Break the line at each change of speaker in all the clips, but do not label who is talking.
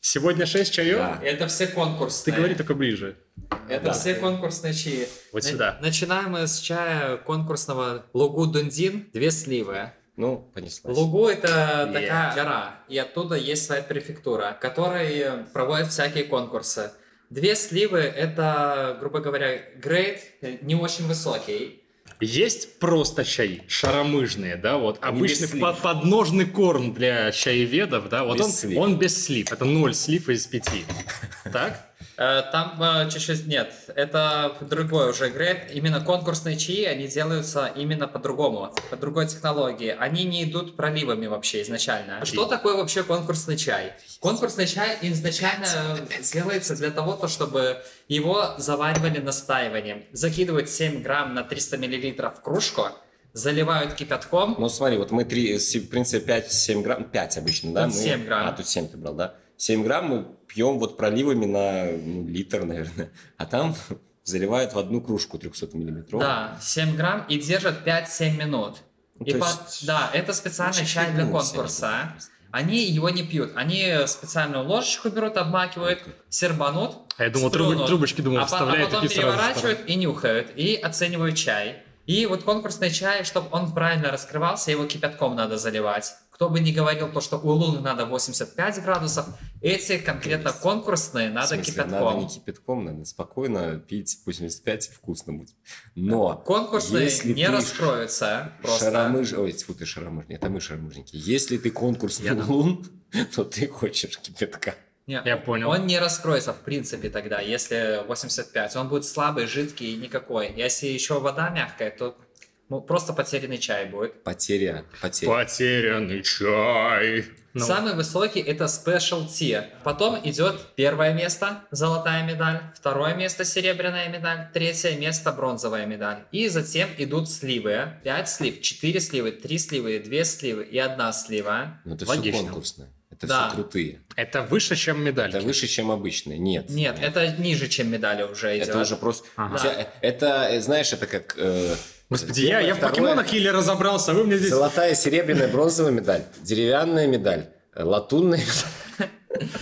Сегодня 6 чаев?
Да.
Это все конкурсные.
Ты говори только ближе.
Это
Да.
все конкурсные чаи.
Вот
На-
сюда.
Начинаем мы с чая конкурсного Лугу Дундин, две сливы.
Ну, понеслась.
Лугу это
Yeah.
такая гора, и оттуда есть своя префектура, в которой проводят всякие конкурсы. Две сливы это, грубо говоря, грейд э, не очень высокий.
Есть просто чай шаромыжные, да, вот обычный
без слив.
по- подножный корм для чаеведов, да, вот
Без
он,
слив.
он без слив, это 0 слив из 5. Так?
Э, Там э, чуть-чуть нет, это другой уже грейд. Именно конкурсные чаи, они делаются именно по-другому, по другой технологии. Они не идут проливами вообще изначально. Что такое вообще конкурсный чай? Конкурсный чай изначально э, делается для того, то, чтобы его заваривали настаиванием. Закидывают 7 грамм на 300 миллилитров в кружку, заливают кипятком.
Ну, смотри, вот мы три, си- в принципе, 5-7 грамм, 5 обычно, да?
Тут
мы-
семь грамм.
А, тут 7 ты брал, да? 7 грамм мы пьем вот проливами на ну, литр, наверное. А там заливают в одну кружку 300 миллиметров.
Да, 7 грамм и держат 5-7 минут.
Ну,
И
то
по-
есть- ну,
Да, это специальный чай для конкурса. а? Они его не пьют. Они специальную ложечку берут, обмакивают, сербанут.
А я думал,
сплюнут.
трубы- трубочки, думал,
а, по- а
вставляют
потом
такие сразу
переворачивают и нюхают, и оценивают чай. И вот конкурсный чай, чтобы он правильно раскрывался, его кипятком надо заливать. Кто бы ни говорил то, что у Луны надо 85 градусов, эти конкретно конкурсные
В
надо
смысле,
кипятком.
Надо не кипятком, надо спокойно пить 85 и вкусно будет. Но
Конкурсные
Если
не
ты
раскроются просто.
шаромыж... Ой, тьфу, ты шаромыжник, это мы шаромыжники. Если ты конкурсный
Я да.
лун, то ты хочешь кипятка.
Не,
Я понял.
Он не раскроется, в принципе, тогда, если 85. Он будет слабый, жидкий, никакой. Если еще вода мягкая, то ну, просто потерянный чай будет.
Потеря, потеря.
Потерянный чай. Ну,
Самый высокий это Special Tea. Потом идет первое место золотая медаль, второе место серебряная медаль, третье место бронзовая медаль. И затем идут сливы. 5 слив, 4 сливы, 3 сливы, 2 сливы и 1 слива.
Но Ну, это
Логично.
все конкурсное. Это
Да.
все крутые.
Это выше, чем медаль.
Это выше, чем обычные. Нет.
Нет, это ниже, чем медали уже идет.
Это уже просто...
Ага.
у тебя- Это, э, знаешь, это как... э,
Господи, я,
первое,
я в
второе.
покемонах еле разобрался, а вы мне здесь...
Золотая, серебряная, бронзовая медаль, деревянная медаль, э, латунная медаль.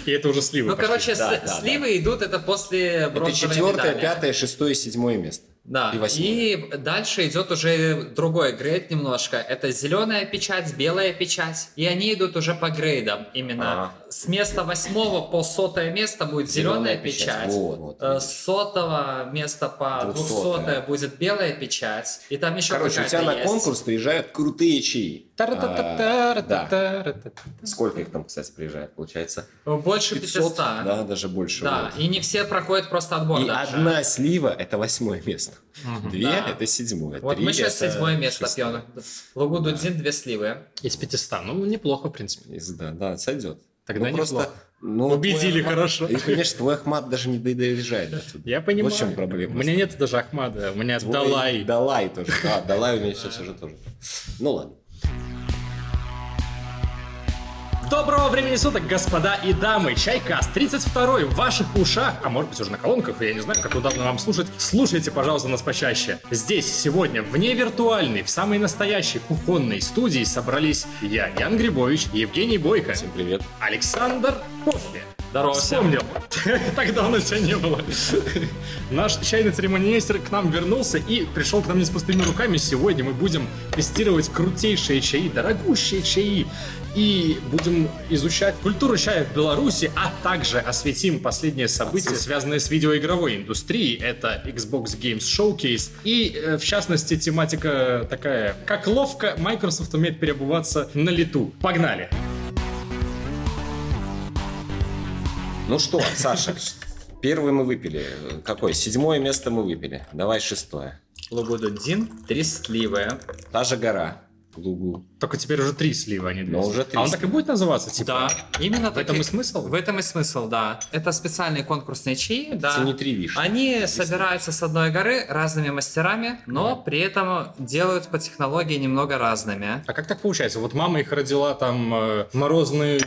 И это уже сливы.
Ну,
пошли.
короче, с-
Да, да,
сливы идут, это после
Это
бронзовой
четвертое,
медали.
пятое, шестое, седьмое место.
Да,
и восьмое.
дальше идет уже другой грейд немножко. Это зеленая печать, белая печать. И они идут уже по грейдам именно. С места восьмого по сотое место будет зеленая печать.
Вот, вот,
Э,
видишь.
С сотого места по
Двухсотая.
двухсотое будет белая печать. И там еще
Короче, у тебя
какая-то
на
есть.
конкурс приезжают крутые чаи. А, да.
Тара-та-та-та-ра-та-та.
Сколько их там, кстати, приезжает? Получается
Больше
500,
500.
да, даже больше.
Да,
вот.
и не все проходят просто отбор
И
даже.
одна слива – это восьмое место.
Мгм.
Две
Да.
– это седьмое.
Вот
три
мы сейчас
это
седьмое место
шестое.
пьем. Лугу Дудзин, две сливы.
Из 500. Ну, неплохо, в принципе.
Из- Да, да, сойдет.
Тогда
ну,
неплохо.
просто, ну,
Убедили,
твой Ахмат-
хорошо.
И, конечно, твой Ахмат даже не до- доезжает до туда.
Я понимаю.
Вот в чем проблема.
У меня нет даже Ахмада, у меня
Твой
Далай.
Далай тоже. А, Далай у меня сейчас уже тоже. Ну ладно.
Доброго времени суток, господа и дамы! Чайкас 32 в ваших ушах, а может быть уже на колонках, я не знаю, как удобно вам слушать. Слушайте, пожалуйста, нас почаще. Здесь сегодня в невиртуальной, в самой настоящей кухонной студии собрались я, Ян Грибович, Евгений Бойко,
Всем привет.
Александр Кофе.
Здорово всем.
Вспомнил. Тогда у нас тебя не было. Наш чайный церемониймейстер к нам вернулся и пришел к нам не с пустыми руками. Сегодня мы будем тестировать крутейшие чаи, дорогущие чаи. И будем изучать культуру чая в Беларуси, а также осветим последние события, связанные с видеоигровой индустрией. Это Xbox Games Showcase. И, э, в частности, тематика такая, как ловко Microsoft умеет переобуваться на лету. Погнали!
Ну что, Саша, первый мы выпили. Какое? Седьмое место мы выпили. Давай шестое.
Лугу Дудзин, три сливы.
Та же гора. Лугу.
Только теперь уже три слива, а не две.
Но уже три
А он так и будет называться, типа?
Да, именно
В этом и
таких-
смысл?
В этом и смысл, да. Это специальные конкурсные чаи,
Это не
да.
три вишни.
Они собираются с одной горы разными мастерами, но при этом делают по технологии немного разными.
А как так получается? Вот мама их родила там э, морозной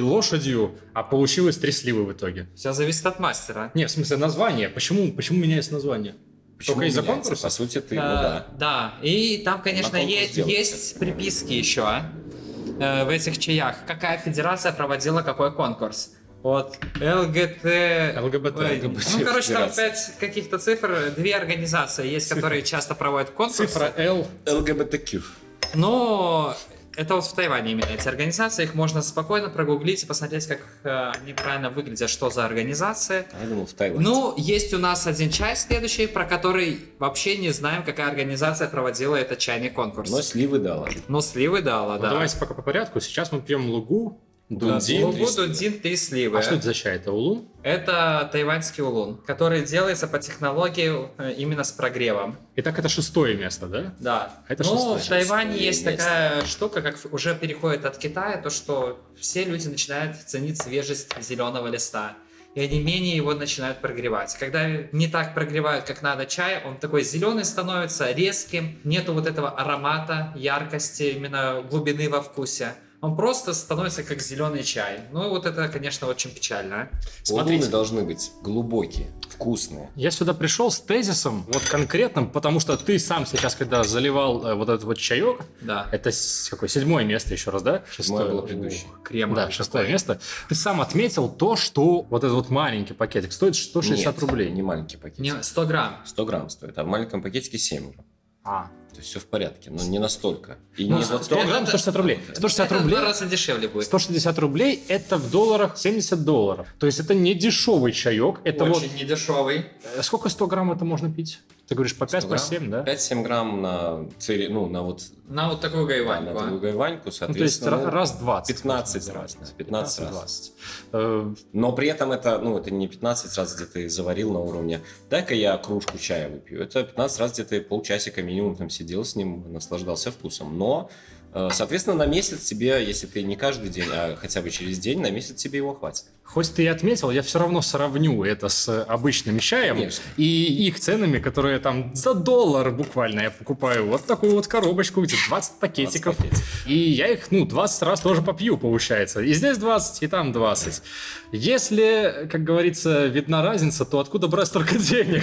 лошадью, а получилось три сливы в итоге.
Все зависит от мастера.
Не, в смысле название. Почему, почему меняется название?
Почему
Только из-за
меняется?
конкурса?
По сути, ты, ну
Э,
да.
да. И там, конечно,
На конкурс
е-
сделать.
есть приписки еще э, в этих чаях. Какая федерация проводила какой конкурс? Вот. ЛГТ...
ЛГБТ,
Ой,
ЛГБТ.
Ну, короче, там
Федерация.
пять каких-то цифр, две организации есть, которые часто проводят конкурсы.
Цифра L.
ну ЛГБТК.
Но это вот в Тайване именно эти организации, их можно спокойно прогуглить и посмотреть, как э, они правильно выглядят, что за организации.
А Я думал, в Таиланде.
Ну, есть у нас один чай следующий, про который вообще не знаем, какая организация проводила этот чайный конкурс.
Но сливы дала.
Но сливы дала,
Ну,
да.
Давайте пока по порядку. Сейчас мы пьем лугу,
Да,
дундин.
лугу, три сливы.
Дин, три сливы.
А что это за чай? Это улун?
Это тайваньский улун, который делается по технологии э, именно с прогревом.
Итак, это шестое место, да?
Да.
А это
ну,
шестое.
в Тайване
Шестое
есть
место.
такая штука, как ф- уже переходит от Китая, то что все люди начинают ценить свежесть зеленого листа. И они менее его начинают прогревать. Когда не так прогревают, как надо чай, он такой зеленый становится, резким. Нету вот этого аромата, яркости, именно глубины во вкусе. Он просто становится как зеленый чай. Ну, вот это, конечно, очень печально.
Смотрите.
Луны должны быть глубокие, вкусные.
Я сюда пришел с тезисом, вот конкретным, потому что ты сам сейчас, когда заливал э, вот этот вот чаек,
Да.
это с- какое седьмое место еще раз, да?
Шестое было предыдущее.
Крема.
Да, шестое место. Ты сам отметил то, что вот этот вот маленький пакетик стоит 160
Нет,
рублей.
Не маленький пакетик.
Не, 100 грамм.
100 грамм стоит, а в маленьком пакетике 7 грамм.
А,
То есть все в порядке, но не настолько. И
ну,
не
100
вот
это-
грамм 160 рублей. 160
Это в
рублей,
два раза дешевле будет.
160 рублей это в долларах 70 долларов. То есть это не дешевый чаек. Это
Очень недешевый.
вот... э, Сколько 100 грамм это можно пить? Ты говоришь по 5,
100
по
грамм?
7, да?
5-7 грамм на, цели, ну, на вот
На вот такую
на
гайваньку.
такую
а.
гайваньку,
Ну, то есть
соответственно.
ра-
ну,
раз 20.
15
можно
раз,
назвать, да,
15 раз.
15-20. Э,
Но при этом это, ну, это не 15 раз, где ты заварил на уровне «дай-ка я кружку чая выпью». Это 15 раз, где ты полчасика минимум там сидел с ним, наслаждался вкусом. Но, э, соответственно, на месяц тебе, если ты не каждый день, а хотя бы через день, на месяц тебе его хватит.
Хоть ты и отметил, я все равно сравню это с э, обычным чаем
Конечно.
и их ценами, которые там за доллар буквально я покупаю вот такую вот коробочку, где 20 пакетиков.
20 пакетиков.
И я их, ну, 20 раз тоже попью, получается. И здесь 20, и там 20. Если, как говорится, видна разница, то откуда брать столько денег?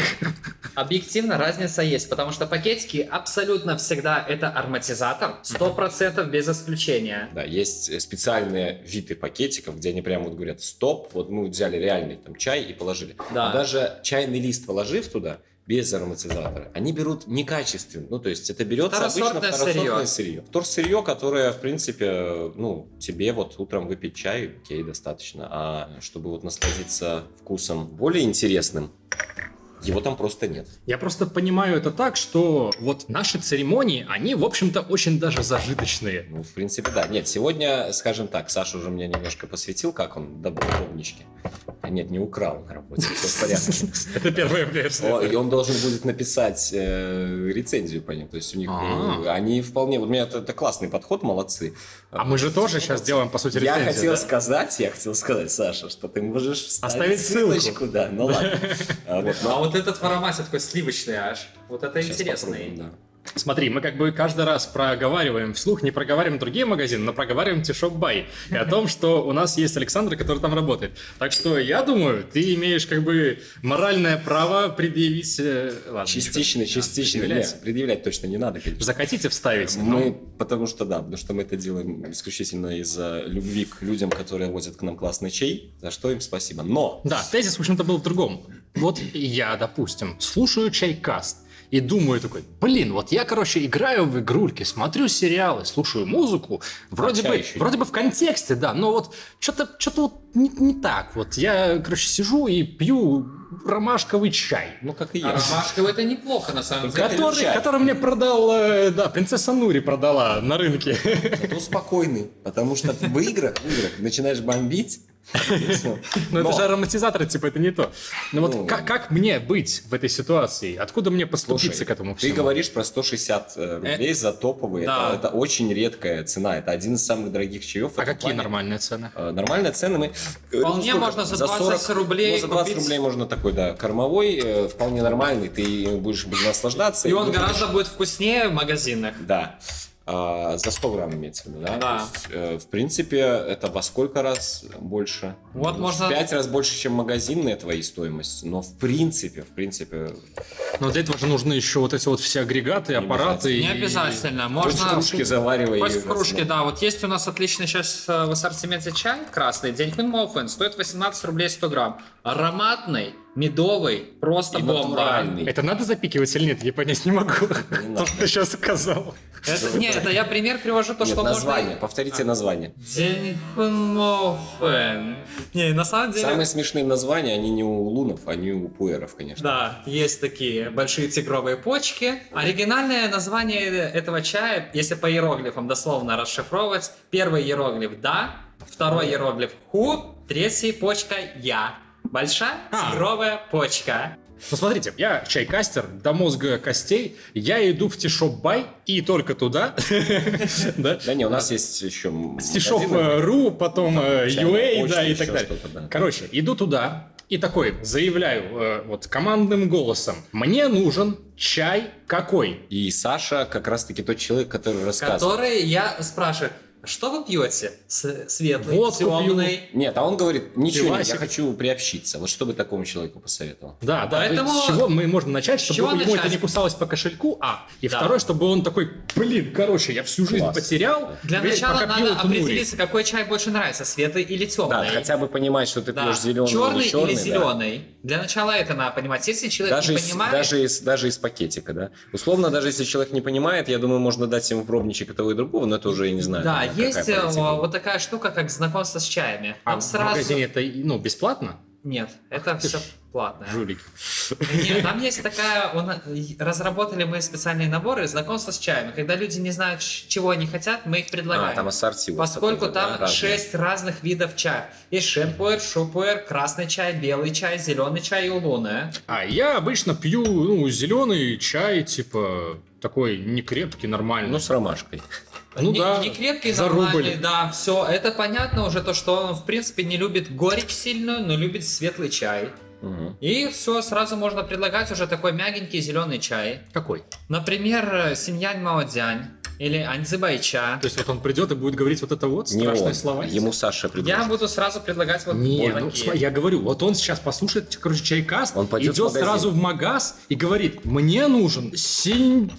Объективно разница есть, потому что пакетики абсолютно всегда это ароматизатор, 100% без исключения.
Да, есть э, специальные виды пакетиков, где они прям вот говорят «стоп», вот мы взяли реальный там чай и положили.
Да.
А Даже чайный лист положив туда, без ароматизатора, они берут некачественный. Ну, то есть это берется обычно
Второсортное
второсортное сырье. Вторсырье, которое, в принципе, э, ну, тебе вот утром выпить чай, окей, достаточно. А чтобы вот насладиться вкусом более интересным, его там просто нет.
Я просто понимаю это так, что вот наши церемонии, они, в общем-то, очень даже зажиточные.
Ну, в принципе, да. Нет, сегодня, скажем так, Саша уже меня немножко посвятил, как он добыл клубнички. А нет, не украл на работе, все в порядке.
Это первая версия.
О, И он должен будет написать э, рецензию по ним. То есть у них э,
А.
они вполне. Вот у меня это, это классный подход, молодцы.
А мы же тоже сейчас делаем, по сути,
Я
рецензию,
хотел
да?
сказать, я хотел сказать, Саша, что ты можешь вставить
Оставить ссылку.
да, ну ладно. А вот,
А
ну,
вот этот в аромате такой сливочный аж. Вот это
щас
интересный.
попробуем, да.
Смотри, мы как бы каждый раз проговариваем вслух, не проговариваем другие магазины, но проговариваем Тишоп Бай. И о том, что у нас есть Александр, который там работает. Так что я думаю, ты имеешь как бы моральное право предъявить... э, Ладно,
Частично,
не хочу.
частично.
А,
Нет,
предъявлять.
предъявлять точно не надо, конечно.
Захотите вставить? Ну,
Мы, потому что да, потому что мы это делаем исключительно из-за любви к людям, которые возят к нам классный чай, за что им спасибо. Но
Да, тезис, в общем-то, был в другом. Вот я, допустим, слушаю чайкаст и думаю такой, блин, вот я, короче, играю в игрульки, смотрю сериалы, слушаю музыку, вроде бы,
Чай
вроде бы в контексте, да, но вот что-то что вот не, не так. Вот я, короче, сижу и пью ромашковый чай.
ну как и
А
я.
ромашковый это неплохо на самом
Только
деле.
это
Который,
чай.
который мне продал, э, да, принцесса Нури продала на рынке.
Зато А спокойный, потому что в играх, в играх начинаешь бомбить. и всё.
Но Ну, это
Но,
же ароматизаторы, типа, это не то. Но
Ну.
вот как, как мне быть в этой ситуации? Откуда мне
слушай,
поступиться к этому
Ты
всему?
говоришь про 160 э, рублей за топовые.
да.
Это, это очень редкая цена. Это один из самых дорогих чаев. в
А
этом
какие
плане.
нормальные цены?
Э, Нормальная цена мы... э,
Вполне можно за 20 рублей
ну, за 20
купить.
рублей можно такой, да, кормовой, э, вполне нормальный, ты будешь наслаждаться.
И он
будешь-
гораздо будет вкуснее в магазинах.
Да. А, а, за 100 грамм имеется в виду, да?
Да.
То есть, э, в принципе, это во сколько раз больше? Ну,
Вот
В
можно-
пять раз больше, чем магазинная твоя стоимость, но в принципе, в принципе,
Но Ну, для этого же нужны еще вот эти вот все агрегаты,
Не
аппараты. и-
Не обязательно.
хоть в
Можно
кружке заваривай.
Хоть в
и-
кружке, да. Вот есть у нас отличный сейчас э, в ассортименте чай красный, Денькин Моуфен, стоит 18 рублей 100 грамм. Ароматный, медовый, просто
И
бомба.
натуральный.
Это надо запикивать или нет? Я понять не могу.
надо.
То, что ты сейчас сказал.
Это, не, это я пример привожу, то,
Нет,
что
название,
можно...
повторите название.
Денькин Моуфен. Не, на самом деле...
Самые смешные названия, они не у лунов, они у пуэров, конечно.
Да, есть такие большие тигровые почки. Оригинальное название этого чая, если по иероглифам дословно расшифровывать, первый иероглиф «да», второй иероглиф «ху», третий почка «я». Большая
А.
тигровая почка.
Ну, смотрите, я чайкастер до мозга костей. Я иду в Тишоп-бай и только туда. Да.
Да не, у нас есть еще м- магазины,
Стишоп.ру, потом э,
чайная
UA,
почта,
да, и
еще
так далее.
что-то, да.
Короче, иду туда и такой заявляю э, вот командным голосом. Мне нужен чай какой?
И Саша как раз-таки тот человек, который рассказывает.
Которые я спрашиваю, что вы пьете? С- Светлый,
Водку пью.
темный.
Нет, а он говорит, ничего нет, я
Пивасик.
хочу приобщиться. Вот что бы такому человеку посоветовал?
Да, да.
Поэтому-
то есть С чего мы можем начать, чтобы
чего
ему это
начать?
не кусалось по кошельку, а. И
Да.
второе, чтобы он такой, блин, короче, я всю жизнь
Класс.
потерял.
Для
теперь
начала
пока пью
надо
эту нури».
определиться, какой чай больше нравится, светлый или
Да,
темный.
хотя бы понимать, что ты
Да,
пьешь зеленый,
черный,
или черный.
или
да.
зеленый. Для начала это надо понимать. Если человек
Даже,
не
из,
понимает,
даже, из, даже из пакетика, да. Условно, даже если человек не понимает, я думаю, можно дать ему пробничек и того и другого, но это уже я не знаю.
Да,
какая
есть э,
политика.
вот такая штука, как знакомство с чаями.
А
Там
в
сразу...
магазине это, ну, бесплатно?
Нет, это
ты
все
ж.
платное.
Жулики.
Нет, там есть такая... у на- и Разработали мы специальные наборы знакомства с чаями. Когда люди не знают, ч- чего они хотят, мы их
А,
предлагаем.
там ассорти. вот
Поскольку
такой, да,
там
разный.
шесть разных видов чая. Есть шенпуэр, шупуэр, красный чай, белый чай, зеленый чай и улуны.
А я обычно пью, ну, зеленый чай, типа, такой некрепкий, нормальный.
Ну, с ромашкой.
Ну
не,
да,
не крепкий,
за
нормальный,
рубль.
да, все. Это понятно уже, то, что он, в принципе, не любит горечь сильную, но любит светлый чай.
Мгм.
И все, сразу можно предлагать уже такой мягенький зеленый чай.
Какой?
Например, э, синьянь маодянь или анзибайча.
То есть вот он придет и будет говорить вот это вот
Не
страшные
он,
слова.
Ему Саша предложил.
Я буду сразу предлагать вот
Не,
такие.
ну, см- я говорю, вот он сейчас послушает, короче, чайкаст,
Он пойдет в
идет
магазин.
сразу в магаз и говорит, мне нужен синь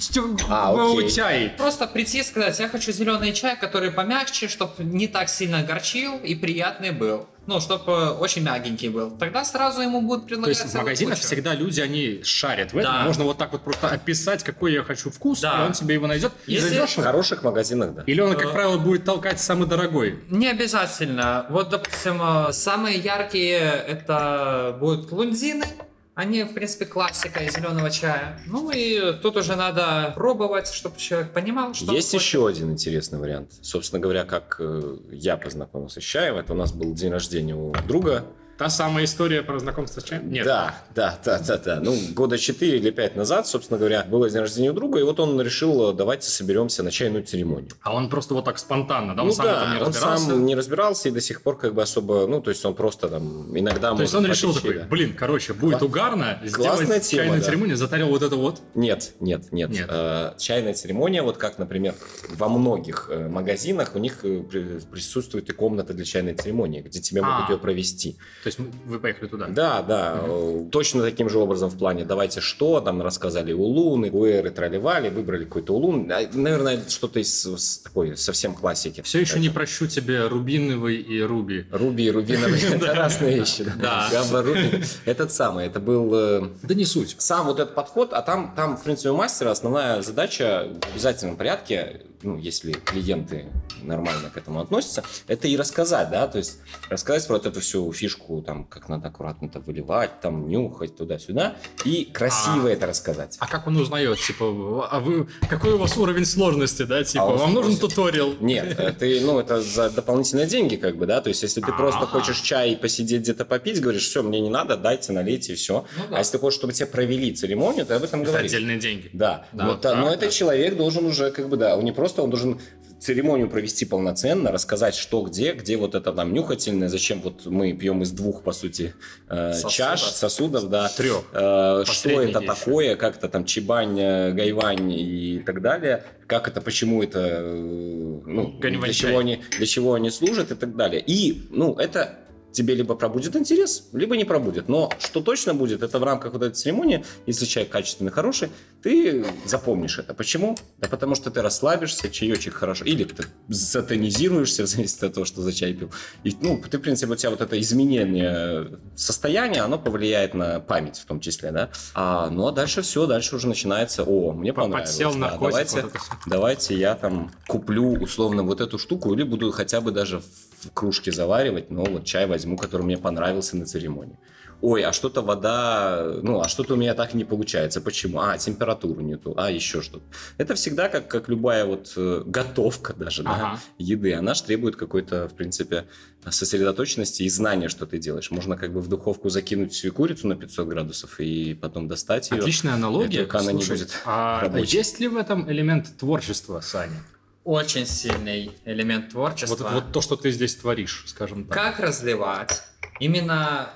А, окей.
чай.
Просто прийти и сказать, я хочу зеленый чай, который помягче, чтобы не так сильно горчил и приятный был. Ну, чтобы очень мягенький был. Тогда сразу ему будут
То
предлагать
есть в
целую
магазинах
кучу.
всегда люди, они шарят в этом.
Да.
Можно вот так вот просто описать, какой я хочу вкус,
Да.
и он тебе его найдет. И
Если-
зайдешь
В
его.
хороших магазинах, да.
Или он,
Э.
как правило, будет толкать самый дорогой.
Не обязательно. Вот, допустим, э, самые яркие это будут лундины. Они, в принципе, классика из зеленого чая. Ну и тут уже надо пробовать, чтобы человек понимал, что... он
Есть
хочет.
еще один интересный вариант. Собственно говоря, как э, я познакомился с Чаем, это у нас был день рождения у друга.
Та самая история про знакомство с чаем? Э, Нет.
Да, да, да, да, да. Ну, года 4 или 5 назад, собственно говоря, было день рождения у друга, и вот он решил, э, давайте соберемся на чайную церемонию.
А он просто вот так спонтанно, да? Он
ну
сам в этом не
он
разбирался.
сам не разбирался и до сих пор как бы особо, ну, то есть он просто там иногда...
То
может
есть он решил
попить чай,
такой,
да.
блин, короче, будет
Кла-
угарно
классная
сделать
тема,
чайную
да.
церемонию, затарил вот это вот.
Нет, нет, нет.
Нет.
Э, чайная церемония, вот как, например, во многих э, магазинах у них э, при- присутствует и комната для чайной церемонии, где тебе могут
А.
ее провести.
То есть мы- вы поехали туда.
Да, да, э, точно таким же образом в плане «давайте что», там рассказали улуны, гуэры, тролливали, выбрали какой-то улун. А, Наверное, что-то из с такой совсем классики.
Все еще не прощу тебе рубиновый и руби.
Руби и рубиновый – это разные вещи.
Да.
Габба, руби. Этот самый, это был э,
Да не суть.
сам вот этот подход, а там, там, в принципе, у мастера основная задача в обязательном порядке, ну, если клиенты нормально к этому относятся, это и рассказать, да, то есть рассказать про вот эту всю фишку, там, как надо аккуратно это выливать, там, нюхать туда-сюда, и красиво
А.
это рассказать.
А как он узнает, типа, а вы, какой у вас уровень сложности, да, типа,
А он
вам нужен
спросит.
туториал?
Нет, э, ты, ну, это за дополнительные деньги, как бы, да, то есть, если ты
А.
просто хочешь чай и посидеть где-то попить, говоришь, все, мне не надо, дайте, налейте, и все.
Ну да.
А если ты хочешь, чтобы тебе провели церемонию, ты об этом
Это
говоришь.
отдельные деньги.
Да,
Да,
вот, а,
да,
но
да.
этот человек должен уже, как бы, да, он не просто, он должен церемонию провести полноценно, рассказать, что где, где вот это там нюхательное, зачем вот мы пьем из двух, по сути, э,
Сосудов.
чаш, сосудов, да,
Трех.
Э, что
Последний
это
еще.
такое, как это там чебань, э, гайвань и так далее, как это, почему это, э, ну, для
Ганьвань-чай.
чего, они, для чего они служат и так далее. И, ну, это тебе либо пробудет интерес, либо не пробудет. Но что точно будет, это в рамках вот этой церемонии, если чай качественный, хороший, ты запомнишь это. Почему? Да потому что ты расслабишься, чаечек хорошо. Или ты сатанизируешься, в зависимости от того, что за чай пил. И, ну, ты, в принципе, у тебя вот это изменение состояния, оно повлияет на память в том числе, да? А, ну, а дальше все, дальше уже начинается, о, мне понравилось.
Подсел
да,
наркотик.
давайте,
вот это всё.
давайте я там куплю условно вот эту штуку или буду хотя бы даже в кружке заваривать, но вот чай возьму, который мне понравился на церемонии. Ой, а что-то вода, ну, а что-то у меня так не получается. Почему? А, температуру не ту, а, еще что-то. Это всегда как, как любая вот э, готовка даже, да,
Ага.
еды, она же требует какой-то, в принципе, сосредоточенности и знания, что ты делаешь. Можно как бы в духовку закинуть курицу на 500 градусов и потом достать ее.
Отличная аналогия.
Только она не
Слушай,
будет
а
рабочей.
есть ли в этом элемент творчества, Саня?
Очень сильный элемент творчества.
Вот, это вот то, что ты здесь творишь, скажем так.
Как разливать? Именно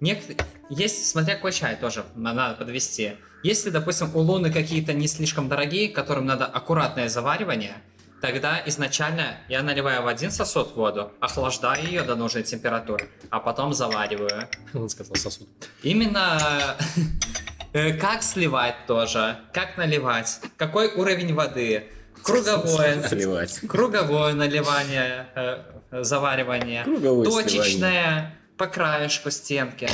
нек- есть, смотря какой чай тоже на- надо подвести. Если, допустим, у Луны какие-то не слишком дорогие, которым надо аккуратное заваривание, тогда изначально я наливаю в один сосуд воду, охлаждаю ее до нужной температуры, а потом завариваю.
Он сказал сосуд.
Именно э, как сливать тоже, как наливать, какой уровень воды, круговое,
Сливать.
круговое наливание, э, э, заваривание,
Круговое сливание.
точечное по краешку стенки.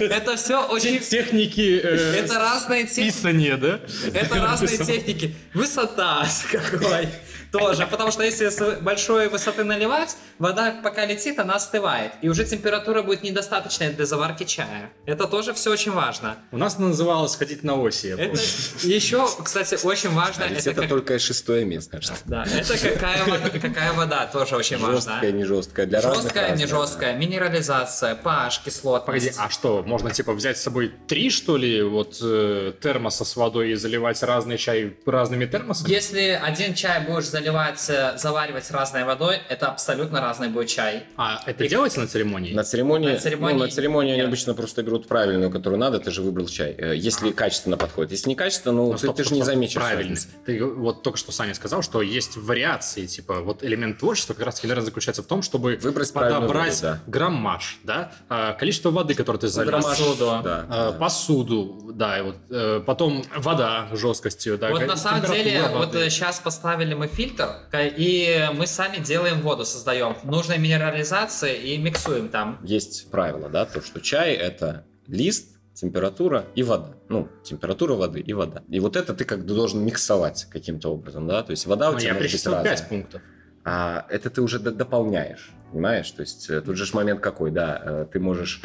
Это все очень...
Техники э,
Это разные техники.
писания, да?
Это разные техники. Высота с какой. Тоже, потому что если с большой высоты наливать, вода пока летит, она остывает. И уже температура будет недостаточная для заварки чая. Это тоже все очень важно.
У нас она называлась «Ходить на оси», я
Это
помню.
еще, кстати, очень важно.
А ведь
это
это
как-
только шестое место. что
Да, это какая вода, какая вода тоже очень важна.
Жесткое, не жесткое. Для разных
Жесткая, не
разное, да.
жесткая, минерализация, pH, кислотность.
Погоди, а что, можно типа взять с собой три, что ли, вот э, термоса с водой и заливать разный чай разными термосами?
Если один чай будешь заливать, э, заваривать разной водой, это абсолютно разный будет чай.
А это делается на церемонии?
На церемонии,
На церемонии-
ну, на церемонии они
нет.
обычно просто берут правильную, которую надо, ты же выбрал чай. Э, Если качественно подходит. Если не качественно, ну,
Ну,
ты,
стоп,
ты
стоп,
же не
стоп.
заметишь.
Правильно.
разницы.
Ты вот только что Саня сказал, что есть вариации, типа, вот элемент творчества как раз таки, наверное, заключается в том, чтобы
Выбрать правильную
подобрать
воду,
граммаж, да, а, количество воды, которое ты залил,
Граммаж,
Посуду.
да, Э,
а,
да.
посуду, да, и вот э, потом вода жесткостью, да.
вот на самом
температура
деле, вот
воды.
э,
сейчас поставили мы фильтр, э, и мы сами делаем воду, создаем нужной минерализации и миксуем там.
Есть правило, да, то, что чай это лист, температура и вода. Ну, температура воды и вода. И вот это ты как бы должен миксовать каким-то образом, да, то есть вода у
Ну,
тебя
я
может быть
перечислил
разная.
5 пунктов.
А это ты уже д- дополняешь, понимаешь? То есть э, тут же ж момент какой, да, э, ты можешь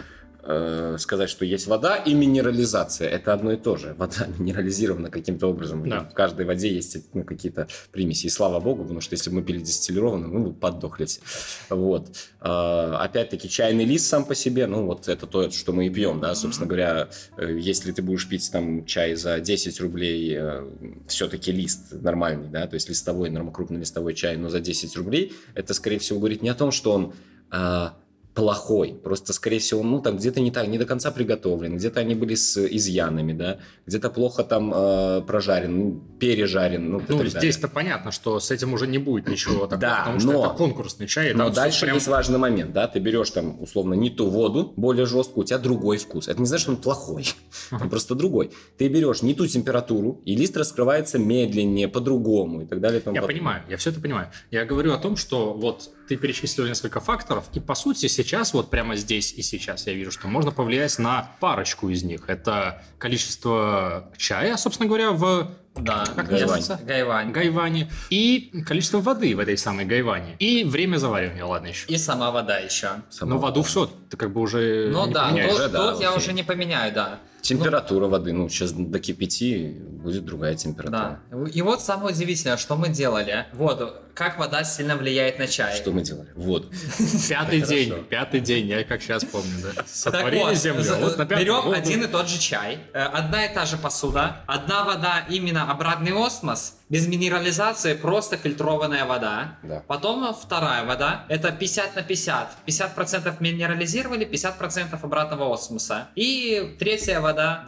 э, сказать, что есть вода и минерализация. Это одно и то же. Вода минерализирована каким-то образом.
Да.
В каждой воде есть ну, какие-то примеси. И слава богу, потому что если бы мы пили дистиллированную, мы бы поддохли все. Вот. Э, Опять-таки, чайный лист сам по себе, ну, вот это то, что мы и пьем, да, собственно говоря, э, если ты будешь пить там чай за 10 рублей, все-таки лист нормальный, да, то есть листовой, норм- крупнолистовой чай, но за 10 рублей, это, скорее всего, говорит не о том, что он а, плохой, просто, скорее всего, ну, там где-то не так, не до конца приготовлен, где-то они были с изъянами, да, где-то плохо там э, прожарен, пережарен, ну, и
Ну,
так далее.
здесь-то понятно, что с этим уже не будет ничего такого,
Да,
потому что
но-
это конкурсный чай. и
Но
там всё
дальше
прям-
есть важный момент, да, ты берешь там, условно, не ту воду, более жесткую, у тебя другой вкус. Это не значит, что он плохой, он просто другой. Ты берешь не ту температуру, и лист раскрывается медленнее, по-другому и так далее. и тому
Я
подобное.
понимаю, я все это понимаю. Я говорю о том, что вот ты перечислил несколько факторов, и по сути сейчас, вот прямо здесь и сейчас я вижу, что можно повлиять на парочку из них. Это количество чая, собственно говоря, в
Да,
Как
Гайвань.
называется?
Гайвань.
гайване, и количество воды в этой самой гайване, и время заваривания, ладно еще.
И сама вода еще.
Сама
Но воду все, ты как бы уже
Ну
Э, не
да,
поменяешь.
тут,
уже, да,
тут я
окей.
уже не поменяю, да.
Температура воды, ну, сейчас до кипяти будет другая температура.
Да. И вот самое удивительное, что мы делали. Вот, как вода сильно влияет на чай.
Что мы делали? Вот.
Пятый
Это
день,
хорошо.
пятый день, я как сейчас помню, да.
Так
Сотворили
вот,
землю, а
з-
вот на пятый
берем
был бы-
один и тот же чай, э, одна и та же посуда, одна вода именно обратный осмос, без минерализации, просто фильтрованная вода.
Да.
Потом вторая вода, это 50 на 50, 50% минерализировали, 50% обратного осмоса. И третья вода,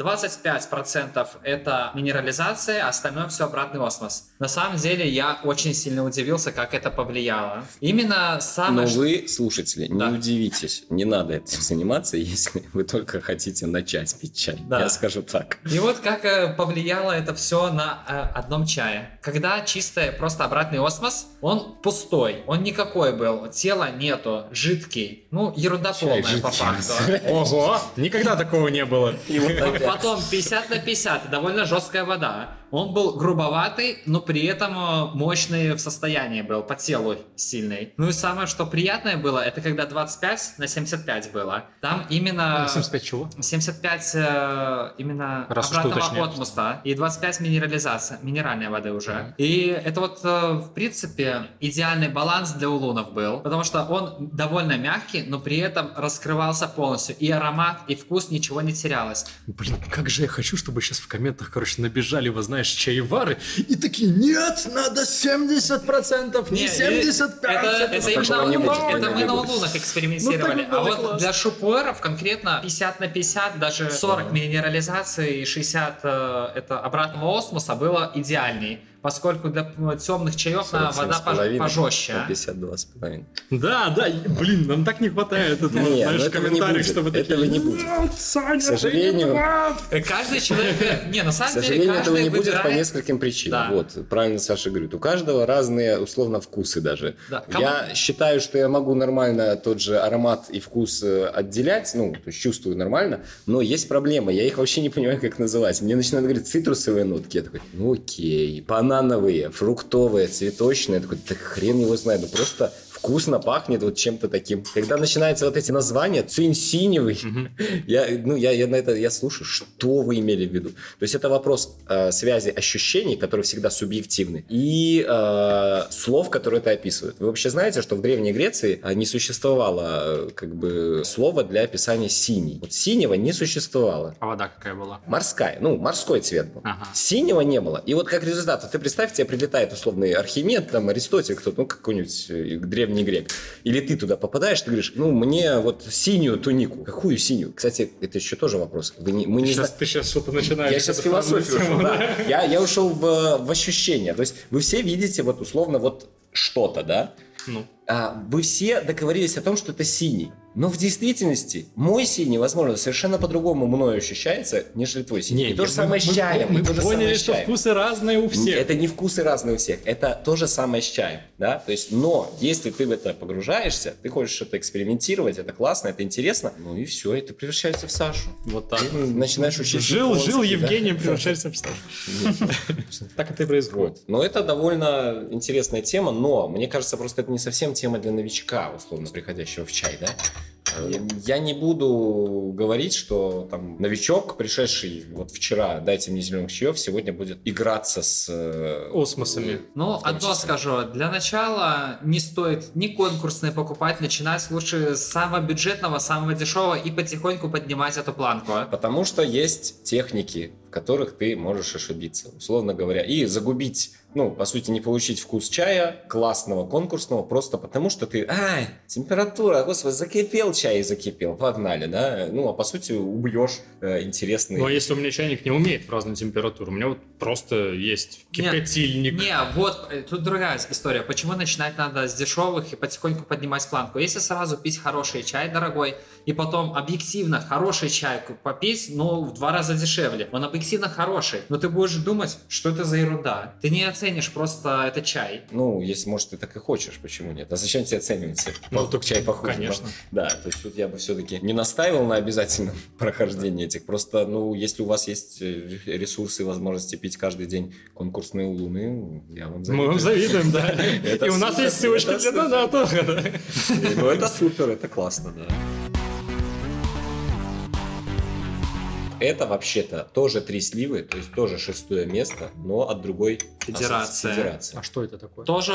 25% это минерализация, остальное все обратный осмос. На самом деле я очень сильно удивился, как это повлияло. Именно
А
Но
самое... что-
Ну, вы, слушатели, не
Да.
удивитесь, не надо этим заниматься, если вы только хотите начать пить чай.
Да.
Я скажу так.
И вот как э, повлияло это все на э, одном чае. Когда чистый просто обратный осмос, он пустой, он никакой был, тела нету, жидкий. Ну, ерунда полная по факту.
Ого, никогда такого не было.
Так, Потом 50 на 50, довольно жесткая вода. Он был грубоватый, но при этом э, мощный в состоянии был, по телу сильный. Ну и самое, что приятное было, это когда 25 на 75 было. Там
а,
именно...
75 чего?
75 э, именно
Раз уж ты
обратного
уточняешь.
отмоста и 25 минерализация, минеральной воды уже. И это вот, э, в принципе, идеальный баланс для улунов был, потому что он довольно мягкий, но при этом раскрывался полностью. И аромат, и вкус, ничего не терялось.
Блин, как же я хочу, чтобы сейчас в комментах, короче, набежали, вы знаешь, чаевары, и такие, нет, надо 70%, не
Не, и
75%.
Это, это именно
такого не
на
будет,
улунах, это
такого
мы
не
на
будет.
улунах экспериментировали.
Ну, так
а
было
вот
классно.
для шупуэров конкретно 50 на 50, даже 40 минерализации и 60 э, это обратного осмоса было идеальней. Поскольку для м, темных чаев на
47,5,
вода пож- пожестче.
а.
52,5.
Да, да, и, блин, нам так не хватает этого,
Не,
знаешь,
ну этого не
комментариев,
будет,
чтобы
этого
такие,
не
«Ну,
будет.
«Нет, Саня,
К
ты не
сожалению,
прав!»
Э, Каждый человек... э, Не, на
К
самом деле,
сожалению, этого
каждый
не будет по
выбирает-
нескольким причинам.
Да.
Вот, правильно Саша говорит. У каждого разные, условно, вкусы даже.
Да, кому-
Я считаю, что я могу нормально тот же аромат и вкус э, отделять, ну, то есть чувствую нормально, но есть проблема, я их вообще не понимаю, как называть. Мне начинают говорить цитрусовые нотки, я такой, ну окей, банановые, фруктовые, цветочные, я такой, да хрен его знает, ну просто вкусно пахнет вот чем-то таким. Когда начинаются вот эти названия, цинь-синевый, я, ну, я, я на это я слушаю, что вы имели в виду. То есть это вопрос э, связи ощущений, которые всегда субъективны, и э, слов, которые это описывают. Вы вообще знаете, что в Древней Греции э, не существовало э, как бы слова для описания синий. Вот синего не существовало.
А вода какая была?
Морская, ну, морской цвет был.
Ага.
Синего не было. И вот как результат, вот ты представь, тебе прилетает условный Архимед, там, Аристотель, кто-то, ну, какой-нибудь э, древний грек. Или ты туда попадаешь, ты говоришь, ну, мне вот синюю тунику. Какую синюю? Кстати, это еще тоже вопрос. Вы не- мы не
Сейчас,
зна-
ты сейчас что-то начинаешь.
я сейчас
это странную
философию
тему,
ушел, да. Я, я ушел в, в ощущения. То есть вы все видите вот условно вот что-то, да?
Ну.
А, вы все договорились о том, что это синий. Но в действительности мой синий, возможно, совершенно по-другому мною ощущается, нежели твой синий.
Не,
и то же
мы-
самое
мы-
с чаем.
Мы
и то же
поняли,
самое с
что
чаем.
вкусы разные у всех.
Это не вкусы разные у всех. Это то же самое с чаем, да? То есть, но если ты в это погружаешься, ты хочешь это экспериментировать, это классно, это интересно, ну и все, и ты превращаешься в Сашу.
Вот так.
Ты начинаешь учить.
Жил,
японский,
жил
да.
Евгений, превращается в Сашу. Так это и происходит.
Вот. Но это довольно интересная тема, но мне кажется, просто это не совсем тема для новичка, условно, приходящего в чай, да? Э, Я не буду говорить, что там новичок, пришедший вот вчера, дайте мне зеленых чаев, сегодня будет играться с... э,
Осмосами.
Ну,
В том
одно
числе.
скажу. Для начала не стоит ни конкурсные покупать, начинать лучше с самого бюджетного, самого дешевого и потихоньку поднимать эту планку.
Потому что есть техники, в которых ты можешь ошибиться, условно говоря, и загубить, ну, по сути, не получить вкус чая классного, конкурсного, просто потому что ты, ай, температура, господи, закипел чай и закипел, погнали, да, ну, а по сути убьешь э, интересный...
Ну, а если у меня чайник не умеет в разную температуру, у меня вот просто есть
Нет,
кипятильник.
Не, вот э, тут другая история. Почему начинать надо с дешевых и потихоньку поднимать планку? Если сразу пить хороший чай дорогой, и потом объективно хороший чай ку- попить, ну, в два раза дешевле. Он объективно хороший, но ты будешь думать, что это за ерунда. Ты не оценишь просто это чай.
Ну, если, может, ты так и хочешь, почему нет? А зачем тебе оценивать?
Ну,
По-
так
чай похуже.
конечно.
Да, то есть тут я бы все-таки не настаивал на обязательном прохождении этих. Просто, ну, если у вас есть э, ресурсы и возможности пить каждый день конкурсные луны, я вам
Мы
завидую.
вам завидуем, да.
Это
И у нас
супер,
есть ссылочка
это
для
супер.
донатов.
Ну, это супер, это классно, да. это вообще-то тоже три сливы, то есть тоже шестое место, но от другой
Федерация.
асоци- федерации.
А что это такое?
Тоже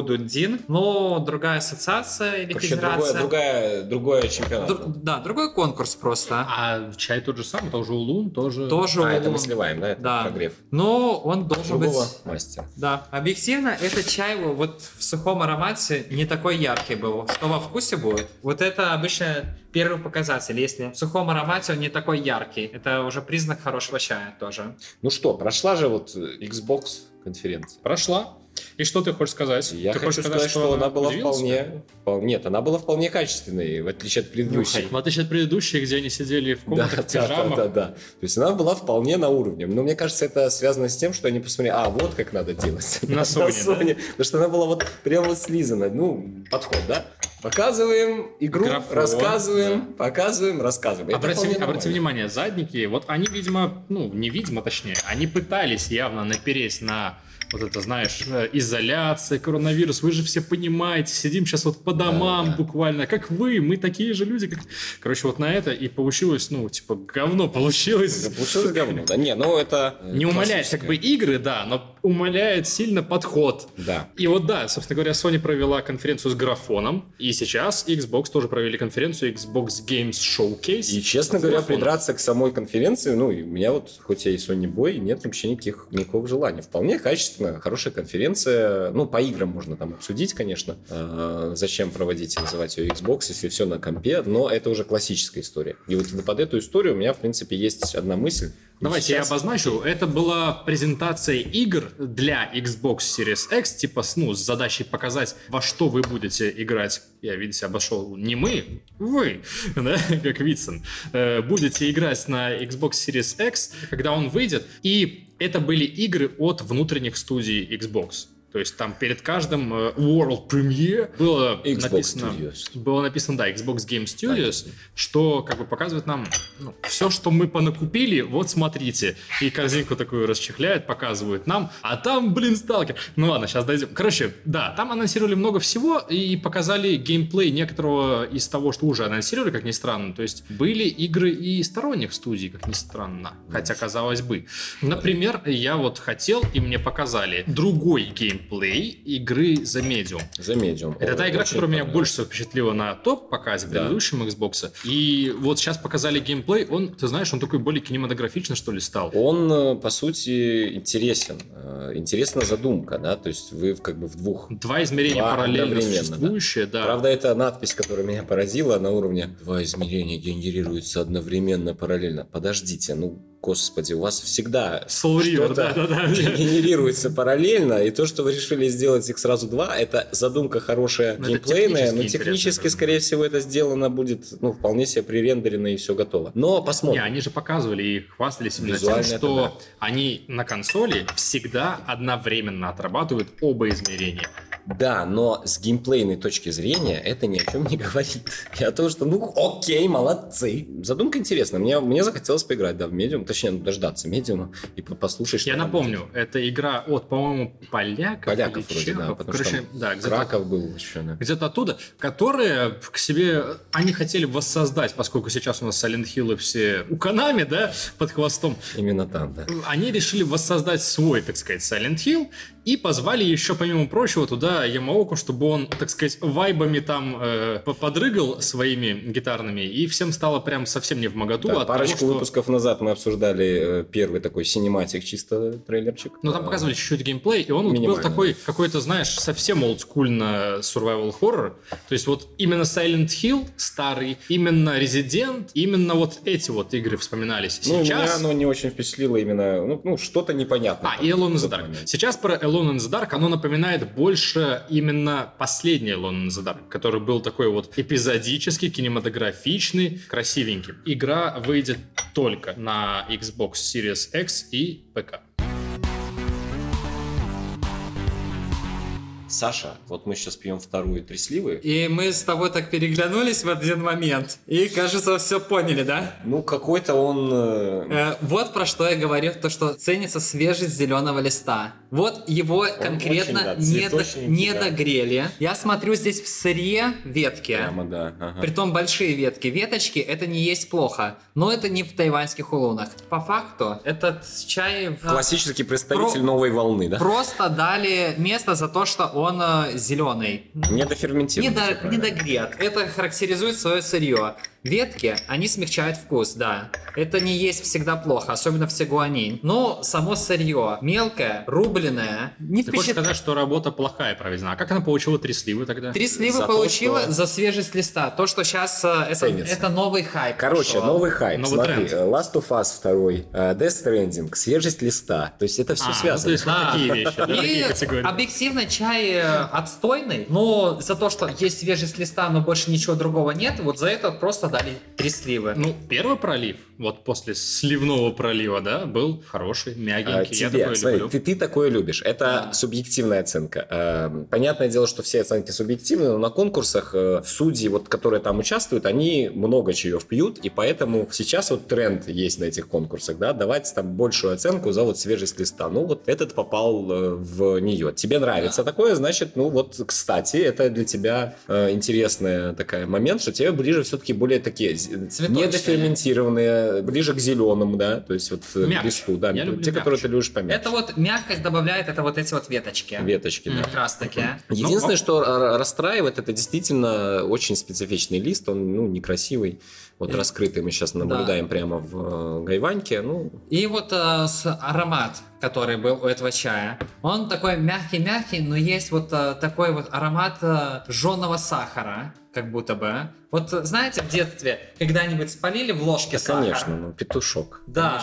Лугудундин, но другая ассоциация или
Вообще другое,
А федерация.
другая, другое чемпионат.
Дру- да, другой конкурс просто.
А чай тот же самый, тоже улун, тоже...
Тоже
А, это
он-
мы сливаем, да, это
Да.
прогрев.
Но он должен
Другого
быть...
мастера.
Да. Объективно, этот чай вот в сухом аромате не такой яркий был. Что во вкусе будет? Вот это обычно первый показатель. Если в сухом аромате он не такой яркий, это уже признак хорошего чая тоже.
Ну что, прошла же вот э, Xbox конференция.
Прошла. И что ты хочешь сказать?
Я
ты
хочу
хочешь
сказать, что она была
удивился?
вполне, вполне... Нет, она была вполне качественной, в отличие от предыдущей.
Нюхать. В отличие от предыдущих, где они сидели Ну, в
Да,
комнатах, в
да, да,
пижамах.
да, да. То есть она была вполне на уровне. Но мне кажется, это связано с тем, что они посмотрели, а, вот как надо делать.
На Sony, да?
Потому что она была вот прям вот слизана. Ну, подход, да? Показываем игру,
Графон,
рассказываем, показываем, рассказываем. Это
Обрати,
вполне
обрати
нормально.
внимание, задники, вот они, видимо, ну, не видимо, точнее, они пытались явно напереть на вот это, знаешь, э, изоляция, коронавирус, вы же все понимаете, сидим сейчас вот по домам
да.
буквально, как вы, мы такие же люди, как... Короче, вот на это и получилось, ну, типа, говно получилось.
Да, Получилось говно. Да, не, ну это... э,
Не умаляет, как бы,
классическое.
игры, да, но умаляет сильно подход.
Да.
И вот да, собственно говоря, Sony провела конференцию с графоном, и сейчас Xbox тоже провели конференцию Xbox Games Showcase.
И, честно
С
говоря,
графоном.
придраться к самой конференции, ну, и у меня вот, хоть я и Sony Boy, нет вообще никаких, никакого желания. Вполне качественно, хорошая конференция. Ну, по играм можно там обсудить, конечно. Э, зачем проводить и называть ее Xbox, если все на компе, но это уже классическая история. И вот под эту историю у меня, в принципе, есть одна мысль.
Давайте
Сейчас-
я обозначу. Это была презентация игр для Xbox Series X, типа с, ну, с задачей показать, во что вы будете играть. Я, видите, обошел не мы, вы, да, как Вицин. Э, Будете играть на Xbox Series X, когда он выйдет. И это были игры от внутренних студий Xbox. То есть там перед каждым э, World Premiere было
Xbox
написано...
Studios.
Было написано, да, Xbox Game Studios, что как бы показывает нам все, что мы понакупили, вот смотрите. И корзинку такую расчехляют, показывают нам, а там, блин, сталкер. Ну ладно, сейчас дойдем. Короче, да, там анонсировали много всего и показали геймплей некоторого из того, что уже анонсировали, как ни странно. То есть были игры и сторонних студий, как ни странно. Хотя, казалось бы. Например, я вот хотел, и мне показали другой геймплей игры за медиум.
За медиум.
Это та игра,
Очень
которая меня
понравилась.
больше всего впечатлила на топ-показе
Да.
предыдущем Xbox. И вот сейчас показали геймплей, он, ты знаешь, он такой более кинематографичный, что ли, стал.
Он, э, по сути, интересен. Э, Интересна задумка, да, то есть вы в- как бы в двух
Два измерения
Два
параллельно
одновременно, да.
существующие, да.
Правда, это надпись, которая меня поразила на уровне «Два измерения генерируются одновременно, параллельно». Подождите, ну, господи, у вас всегда
Soul River,
что-то
да-да-да.
генерируется параллельно, и то, что вы решили сделать их сразу два, это задумка хорошая
Ну, это
геймплейная,
технически
но
интересно,
технически,
да.
скорее всего, это сделано будет, ну, вполне себе пререндерено и все готово. Но
Не,
посмотрим.
они же показывали и хвастались именно
Визуально
тем,
это
что они на консоли всегда одновременно отрабатывают оба измерения.
Да, но с геймплейной точки зрения это ни о чем не говорит. Я о том, что ну окей, молодцы. Задумка интересная. Мне, мне захотелось поиграть, да, в медиум, точнее, ну, дождаться медиума и по- послушать, что
Я
там
напомню, это игра от, по-моему, поляков.
Поляков
или
вроде, да,
чехов.
потому
Короче,
что
да,
будет.
где-то
Краков был еще, да.
где-то оттуда, которые к себе, они хотели воссоздать, поскольку сейчас у нас Silent Hill все у Канами, да, под хвостом,
Именно там, да.
они решили воссоздать свой, так сказать, Silent Hill и позвали еще, помимо прочего, туда Ямаоку, чтобы он, так сказать, вайбами там э, по- подрыгал своими гитарными, и всем стало прям совсем не в моготу
Да,
от того,
парочку
что-
выпусков назад мы обсуждали э, первый такой синематик, чисто трейлерчик.
Ну, там
А,
показывали чуть-чуть геймплей, и он вот был
Минимально.
такой, какой-то, знаешь, совсем олдскульно survival horror. То есть вот именно Silent Hill старый, именно Resident, именно вот эти вот игры вспоминались.
Ну, меня
Сейчас...
оно не очень впечатлило именно, ну, ну, что-то непонятное.
А, и Alone in the
Вот
Dark.
момент.
Сейчас про Alone in the Dark, оно напоминает больше именно последний Alone in the Dark, который был такой вот эпизодический, кинематографичный, красивенький. Игра выйдет только на Xbox Series X и ПК.
Саша, вот мы сейчас пьем вторую три сливы.
И мы с тобой так переглянулись в один момент. И, кажется, все поняли, да?
Ну, какой-то он... э,
Э, вот про что я говорю, то, что ценится свежесть зеленого листа. Вот его конкретно
очень, да,
не, до-
цветочненький,
не
да.
догрели. Я смотрю здесь в сырье ветки.
Прямо, да. ага.
Притом большие ветки. Веточки это не есть плохо, но это не в тайваньских улунах. По факту, этот чай в-
Классический представитель
Про-
новой волны, да?
просто дали место за то, что он зеленый.
Не доферментирован.
Не, до-
всё правильно.
недогрет. Это характеризует свое сырье. Ветки, они смягчают вкус, да. Это не есть всегда плохо, особенно в цигуанин. Но само сырье мелкое, рубленое, не
Ты хочешь
впечатляет.
сказать, что работа плохая проведена. А как она получила три сливы тогда?
Три слива
за то,
получила
что-
за свежесть листа. То, что сейчас это,
Ценится.
это новый хайп.
Короче,
пошел.
новый хайп.
Новый
Смотри,
тренд.
э, Last of Us 2, э, Death Stranding, свежесть листа. То есть это все
А, ну,
связано.
то есть вот
Да.
такие вещи, да,
И
такие категории.
объективно чай э, отстойный, но за то, что есть свежесть листа, но больше ничего другого нет, вот за это просто дали три сливы.
Ну, первый пролив, вот после сливного пролива, да, был хороший,
А,
мягенький. Я
тебе,
такое
смотри,
люблю.
ты, ты такое любишь. Это
Да.
субъективная оценка. Эм, Понятное дело, что все оценки субъективны, но на конкурсах э, судьи, вот, которые там участвуют, они много чаев пьют, и поэтому сейчас вот тренд есть на этих конкурсах, да, давать там большую оценку за вот свежесть листа. Ну, вот этот попал э, в нее. Тебе нравится такое, значит, ну вот, кстати, это для тебя э, интересный такой момент, что тебе ближе все-таки более такие з-
Цветочные.
недоферментированные, ближе к зеленому, да, то есть вот э, к
Мягче.
листу, да,
Я люблю
те, которые
мягче.
ты любишь помягче.
Это вот мягкость добавляет, это вот эти вот веточки.
Веточки,
М.
да.
Как раз таки.
Единственное, что ра- расстраивает, это действительно очень специфичный лист, он ну, некрасивый. Вот
Э,
раскрытый мы сейчас наблюдаем прямо в э, гайваньке. Ну,
И вот э, с- аромат, который был у этого чая, он такой мягкий-мягкий, но есть вот э, такой вот аромат э, жженого сахара, как будто бы. Вот э, знаете, в детстве когда-нибудь спалили в ложке
да,
сахар?
конечно, ну, петушок.
Да.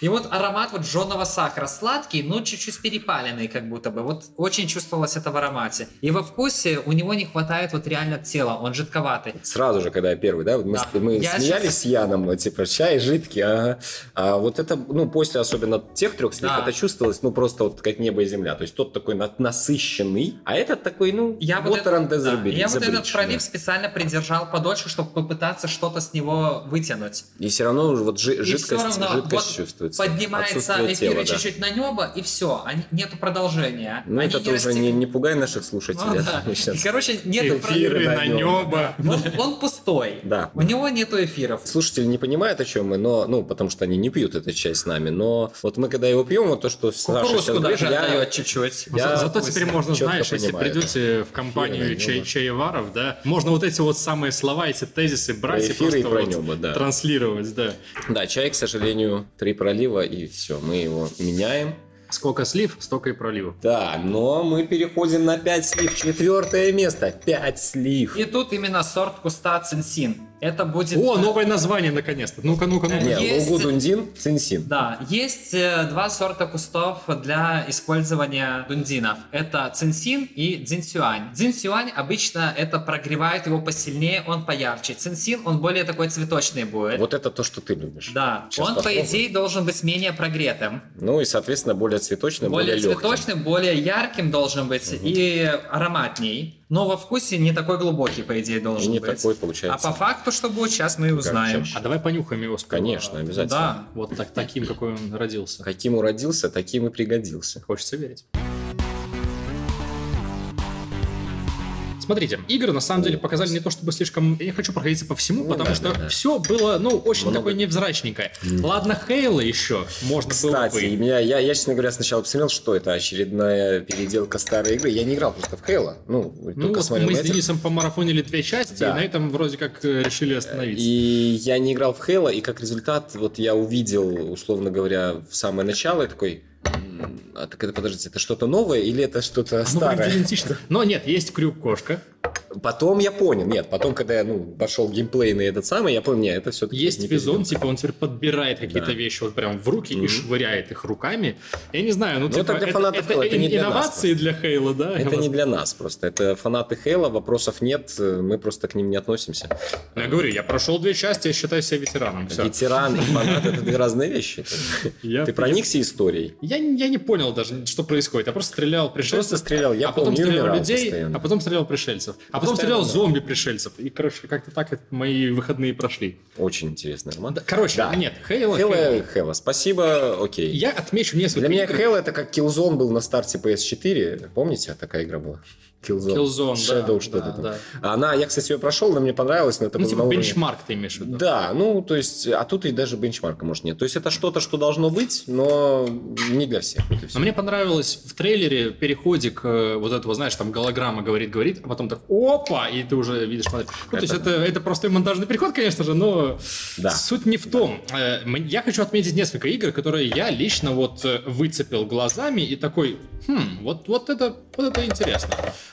И вот аромат вот жженого сахара, сладкий, но чуть-чуть перепаленный как будто бы. Вот очень чувствовалось это в аромате. И во вкусе у него не хватает вот реально тела, он жидковатый.
Сразу же, когда я первый, да, вот мы,
Да.
с- мы
Я
смеялись
щас-
с Яном, типа, чай жидкий, ага. А вот это, ну, после особенно тех трех слив,
Да.
это чувствовалось, ну, просто вот как небо и земля. То есть тот такой на- насыщенный, а этот такой, ну,
Я вот,
вот
этот- да, я вот этот пролив
пролив
специально придержал подольше, чтобы попытаться что-то с него вытянуть.
И все равно уже вот жи-
И
жидкость,
всё равно
жидкость
вот
чувствуется.
Поднимается
Отсутствие
эфир
тела, да.
чуть-чуть на небо, и все, нету продолжения.
Ну,
Они
это
не
тоже
расти-
не, не пугай наших слушателей.
Ну,
а
да.
то мы щас-
И, короче, нету
Эфиры
про-
на
на
небо.
про- Он, он пустой.
Да.
У него нету эфиров.
Слушатели не понимают, о чем мы, но, ну, потому что они не пьют этот чай с нами. Но вот мы, когда его пьем, вот то, что Саша
Кукурузку
щас
даже
говорит, я-
отдает чуть-чуть.
Ну,
Я
за- Зато теперь можно,
четко
знаешь, если
понимаю,
придете в компанию
Эфиры,
чай,
небо.
чаеваров, да, можно вот эти вот самые слова, эти тезисы брать и
эфиры и
просто
про
вот
небо, да.
транслировать, да.
Да, чай, к сожалению, три пролива, и все, мы его меняем.
Сколько слив, столько и проливов.
Да, но мы переходим на 5 слив. Четвертое место. 5 слив.
И тут именно сорт куста цинсин. Это будет... э,
О, новое название наконец-то. Ну-ка, ну-ка, ну-ка.
Не,
Есть-
Лугу Дундин, Цинсин.
Да, есть э, два сорта кустов для использования дундинов. Это цинсин и дзинсюань. Дзинсюань обычно это прогревает его посильнее, он поярче. Цинсин, он более такой цветочный будет.
Вот это то, что ты любишь.
Да,
Сейчас
он,
попробуем.
по идее, должен быть менее прогретым.
Ну и, соответственно, более цветочным, более,
Более
легким.
цветочным, более ярким должен быть и ароматней. Но во вкусе не такой глубокий, по идее,
И
должен
не
быть.
такой
а
получается.
по факту, что будет, сейчас мы и узнаем.
чем?
А давай понюхаем его сперва.
Конечно, обязательно.
Да.
Вот так, таким, какой он родился.
Каким уродился, таким и пригодился.
Хочется верить. Смотрите, игры на самом деле показали не то чтобы слишком... Я не хочу проходиться по всему,
Ну,
потому
да,
что
да, да.
все было, ну, очень
Много.
такое невзрачненькое. Ладно, Хейла еще можно
Кстати,
было бы...
меня, я, я, честно говоря, сначала посмотрел, что это очередная переделка старой игры. Я не играл просто в Хейла. Ну,
Ну,
только
вот
смотрел
мы
на
с
этих.
Денисом помарафонили две части,
Да.
и на этом вроде как э, решили остановиться.
И я не играл в Хейла, и как результат, вот я увидел, условно говоря, в самое начало, и такой, «М, а так это, подождите, это что-то новое или это что-то
Ну, вроде
старое?
идентично. Но нет, есть крюк-кошка.
Потом я понял, нет, потом, когда я, ну, пошел геймплей на этот самый, я понял, нет, это все-таки...
Есть визон, типа он теперь подбирает какие-то
Да.
вещи вот прям в руки и
Мгм.
швыряет их руками. Я не знаю, ну,
Ну,
типа,
это для фанатов Halo, это не для нас
инновации для Хейла, да?
Это не для нас просто. Это фанаты Хейла, вопросов нет, э, мы просто к ним не относимся.
Я говорю, я прошел две части, я считаю себя ветераном. Все.
Ветераны и фанаты это две разные вещи.
Я,
Ты проникся историей.
Я, я не понял даже, что происходит. Я просто стрелял
Ты просто
пришельцев,
стрелял, я
а потом
помню,
стрелял
умирал
людей,
постоянно.
а потом стрелял пришельцев, а потом
Постоянно,
стрелял
да.
зомби пришельцев. И, короче, как-то так это мои выходные прошли.
Очень интересный роман.
Да, Короче,
Да.
нет, Хейла,
Хейла, Хейла, спасибо, окей.
Я отмечу несколько
Для меня
игр.
Halo это как Killzone был на старте PS4. Помните, а такая игра была? Killzone.
Killzone,
Shadow,
да,
что-то
да,
там.
да.
Она, я, кстати, ее прошел, она мне понравилась, но это
Ну,
было
типа
на уровне-
бенчмарк ты имеешь в виду.
Да, ну, то есть, а тут и даже бенчмарка, может, нет. То есть, это что-то, что должно быть, но не для всех. Вот и всё.
Но А мне понравилось в трейлере переходик э, вот этого, знаешь, там голограмма говорит-говорит, а потом так опа, и ты уже видишь, смотришь. Ну, то
Это
есть это,
да.
это простой монтажный переход, конечно же, но
Да.
суть не в том. Э, м- Я хочу отметить несколько игр, которые я лично вот э, выцепил глазами и такой, хм, вот, вот, это, вот это интересно.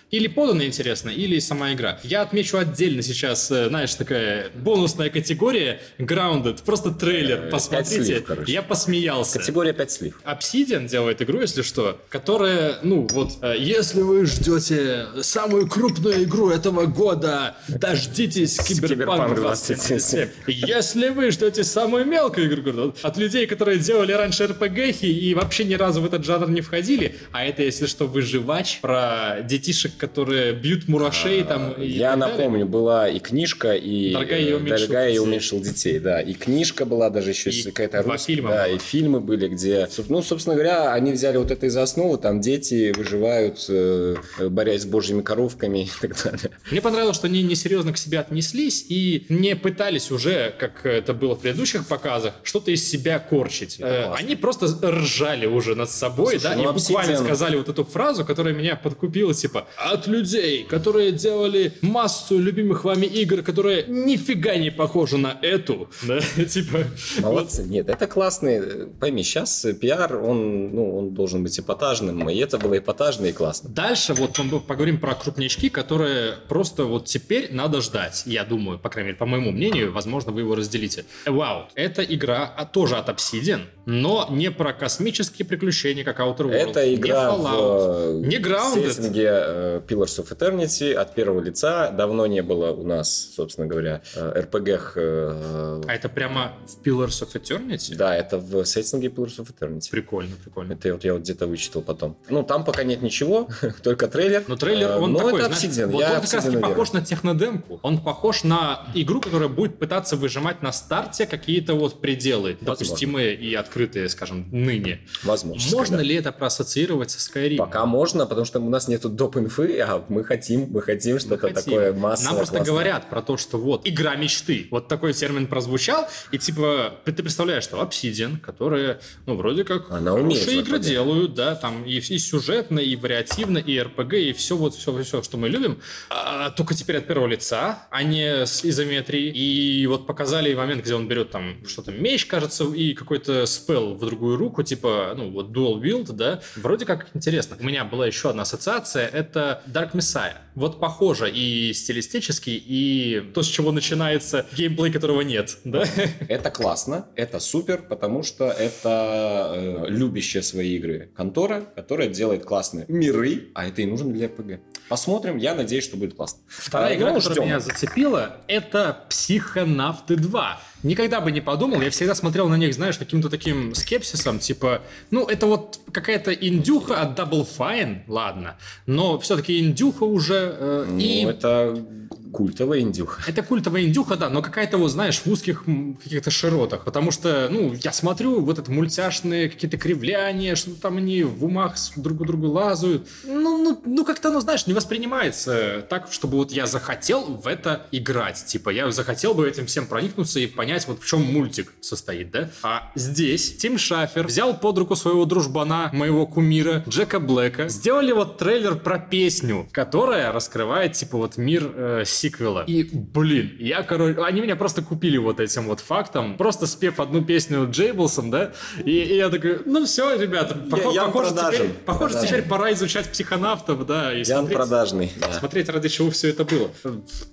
Или подано интересно, или сама игра. Я отмечу отдельно сейчас, э, знаешь, такая бонусная категория Grounded, просто трейлер,
Э,
посмотрите.
пять слив, короче.
я посмеялся.
Категория 5 слив.
Obsidian делает игру, если что, которая, ну, вот, э, если вы ждете самую крупную игру этого года, дождитесь Киберпанк
Киберпанк
2077. Если вы ждете самую мелкую игру года, от людей, которые делали раньше RPG и вообще ни разу в этот жанр не входили, а это, если что, выживач про детишек, которые бьют мурашей там. и
Я
так далее.
напомню, была и книжка, и
Дорогая, я
э,
уменьшил
«Дорогая, я
детей».
уменьшил детей, да. И книжка была даже еще
И
с- какая-то
два
русская,
фильма
да,
было.
и фильмы были, где, соб- ну, собственно говоря, они взяли вот это из основы, там дети выживают, э, борясь с божьими коровками и так далее.
Мне понравилось, что они несерьезно к себе отнеслись и не пытались уже, как это было в предыдущих показах, что-то из себя корчить.
Это
Э,
классно.
они просто ржали уже над собой,
Слушай,
да,
ну,
и буквально
Obsidian-
сказали вот эту фразу, которая меня подкупила, типа, от людей, которые делали массу любимых вами игр, которые нифига не похожи на эту, да, типа... вот
Молодцы. Нет, это классный, э, пойми, сейчас пиар, он, ну, он должен быть эпатажным, и это было эпатажно и классно.
Дальше вот мы поговорим про крупнячки, которые просто вот теперь надо ждать, я думаю, по крайней мере, по моему мнению, возможно, вы его разделите. Вау, это игра а, тоже от Obsidian, но не про космические приключения, как Outer Worlds,
Это игра
не Fallout.
в э,
не Grounded.
сеттинге э, Pillars of Eternity от первого лица. Давно не было у нас, собственно говоря, э, RPG. э,
А это прямо в Pillars of Eternity?
Да, это в сеттинге Pillars of Eternity.
Прикольно, прикольно.
Это я вот, я вот где-то вычитал потом. Ну, там пока нет ничего, только трейлер.
Но трейлер,
Э,
он
но
такой,
это
знаешь,
Obsidian.
вот
я
он как раз
Obsidian
не
верю.
похож на технодемку. Он похож на игру, которая будет пытаться выжимать на старте какие-то вот пределы,
Возможно.
допустимые и открытые, скажем, ныне.
Возможно.
Можно
да.
ли это проассоциировать со Skyrim?
Пока можно, потому что у нас нету доп. инфы, а мы хотим, мы хотим
Мы
что-то
хотим.
такое массовое.
Нам просто
классное.
говорят про то, что вот игра мечты. Вот такой термин прозвучал, и типа ты представляешь, что Obsidian, которые, ну, вроде как
Она умеет в
хорошие игры
RPG.
делают, да, там и, и сюжетно, и вариативно, и РПГ, и все вот все, все, что мы любим, А, только теперь от первого лица, а не с изометрией. И вот показали момент, где он берет там что-то меч, кажется, и какой-то спел в другую руку, типа, ну, вот dual wield, да. Вроде как интересно. У меня была еще одна ассоциация, это Dark Messiah. Вот похоже и стилистически, и то, с чего начинается геймплей, которого нет, да?
Это классно, это супер, потому что это э, любящая свои игры контора, которая делает классные миры, а это и нужно для РПГ. Посмотрим, я надеюсь, что будет классно.
Вторая
А,
игра,
ну,
которая
ждем.
меня зацепила, это Психонавты 2. Никогда бы не подумал, я всегда смотрел на них, знаешь, каким-то таким скепсисом, типа, ну, это вот какая-то индюха от Double Fine, ладно, но все-таки индюха уже, э,
Ну,
и это...
это культовая индюха.
культовая индюха, да, но какая-то, вот, знаешь, в узких м, каких-то широтах, потому что, ну, я смотрю, вот это мультяшные какие-то кривляния, что-то там они в умах с- друг у друга лазают, ну, ну, ну как-то оно, знаешь, не воспринимается так, чтобы вот я захотел в это играть. Типа, я захотел бы этим всем проникнуться и понять, понять, вот в чем мультик состоит, да? А здесь Тим Шафер взял под руку своего дружбана, моего кумира, Джека Блэка, сделали вот трейлер про песню, которая раскрывает, типа, вот мир э, сиквела. И, блин, я, король... Они меня просто купили вот этим вот фактом, просто спев одну песню Джейблсом, да? И, и я такой, ну все, ребята, похо-
Ян
похоже, теперь,
продажен.
похоже,
Продажен.
теперь пора изучать психонавтов, да, и
Ян
смотреть-
продажный. да.
смотреть, ради чего все это было.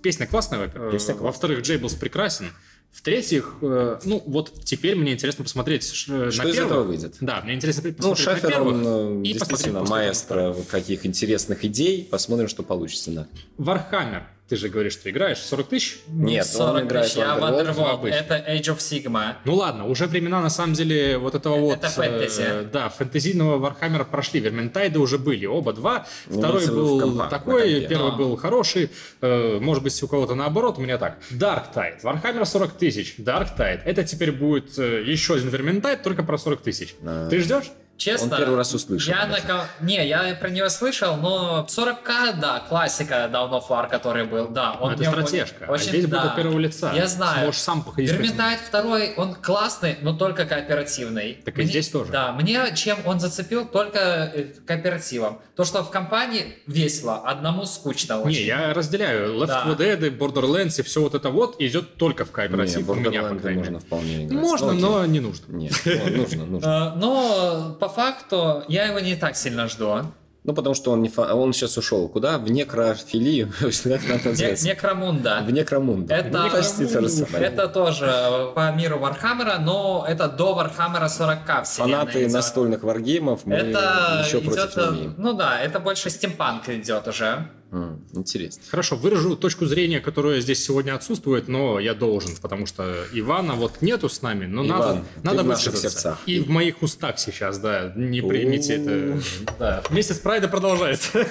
Песня классная, во- э,
Песня классная.
во-вторых, Джейблс прекрасен. В-третьих, э, ну вот теперь мне интересно посмотреть ш- э,
Что
на
из
первых.
этого выйдет?
Да, мне интересно
Ну,
посмотреть на
Шафер,
первых.
он э,
и посмотреть
действительно
после
маэстро в каких интересных идей. Посмотрим, что получится. да.
Вархаммер, ты же говоришь, что играешь 40 тысяч?
Нет, он
40
играет
тысяч, я
в Underworld,
Underworld,
в обычный.
это Age of Sigma.
Ну ладно, уже времена на самом деле вот этого вот...
Это фэнтези.
э, да, фэнтезийного Вархаммера прошли. Верментайды уже были, оба два.
Ну,
Второй
имеется в виду
был
в компах, на
такой,
компе.
первый
Да.
был хороший. Э, может быть, у кого-то наоборот, у меня так. Dark Tide. Вархаммер 40 тысяч. Dark Tide. Это теперь будет э, еще один Верментайд, только про 40 тысяч.
А.
Ты ждешь?
Честно,
Он первый раз услышал
Я
об
на ком- Не, я про него слышал, но 40 да, классика давно фар, который был, да. Он
это
мне
стратежка. а
очень-
здесь будет
да.
от первого лица.
Я знаю.
Можешь сам походить. по этим.
Верминтайт второй, он классный, но только кооперативный.
Так и здесь тоже.
Да, мне чем он зацепил, только э, кооперативом. То, что в компании весело, одному скучно очень.
Не, я разделяю. Left
Да.
4 Dead, Borderlands и все вот это вот идет только в
Не,
кооператив. у меня, по
Borderlands
крайней
можно
мере.
вполне играть.
Можно,
Ну, окей.
но не нужно.
Нет, ну, нужно, нужно.
Э, Но по факту я его не так сильно жду.
Ну, потому что он не фа- он сейчас ушел. Куда? В некрофилию. Как это
Не-
называется?
Некромунда.
В некромунд.
Это-
Ну, почти то же самое.
Это тоже э, по миру Вархаммера, но это до Вархаммера 40к вселенная
Фанаты
идет.
настольных варгеймов мы
Это
еще
идет,
против
э,
не имеем.
ну да, это больше стимпанк идет уже.
М, Интересно.
Хорошо, выражу точку зрения, которая здесь сегодня отсутствует, но я должен, потому что Ивана вот нету с нами, но
Иван,
надо,
ты
надо
в наших
высказаться.
сердцах.
И в моих устах сейчас, да, не примите это. Да, месяц Прайда продолжается.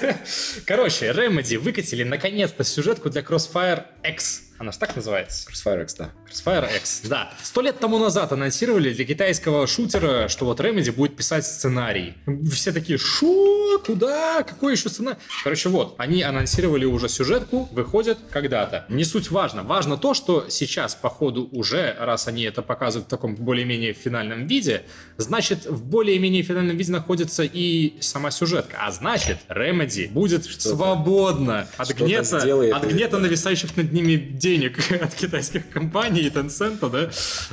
Короче, Remedy выкатили наконец-то сюжетку для Crossfire X. Она же так называется?
Crossfire X, да.
Crossfire X, да. Сто лет тому назад анонсировали для китайского шутера, что вот Remedy будет писать сценарий. Все такие, шо? Куда? Какой еще сценарий? Короче, вот, они анонсировали уже сюжетку, выходит когда-то. Не суть важно. Важно то, что сейчас, по ходу, уже, раз они это показывают в таком более-менее финальном виде, значит, в более-менее финальном виде находится и сама сюжетка. А значит, Remedy будет свободно от
что-то
гнета,
сделает
от
и-
гнета нависающих над ними денег от китайских компаний и Tencent, да,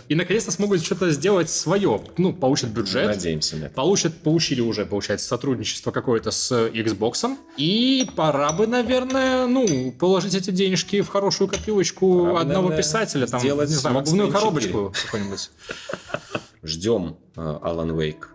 и наконец-то смогут что-то сделать свое. Ну, получат бюджет,
Надеемся на это.
получат, получили уже, получается, сотрудничество какое-то с э, Xbox, и пора бы, наверное, ну, положить эти денежки в хорошую копилочку
Пора бы,
одного
наверное,
писателя, там,
сделать
не знаю, в обувную
Max Payne
коробочку какую-нибудь.
Ждем э, Алан Вейк,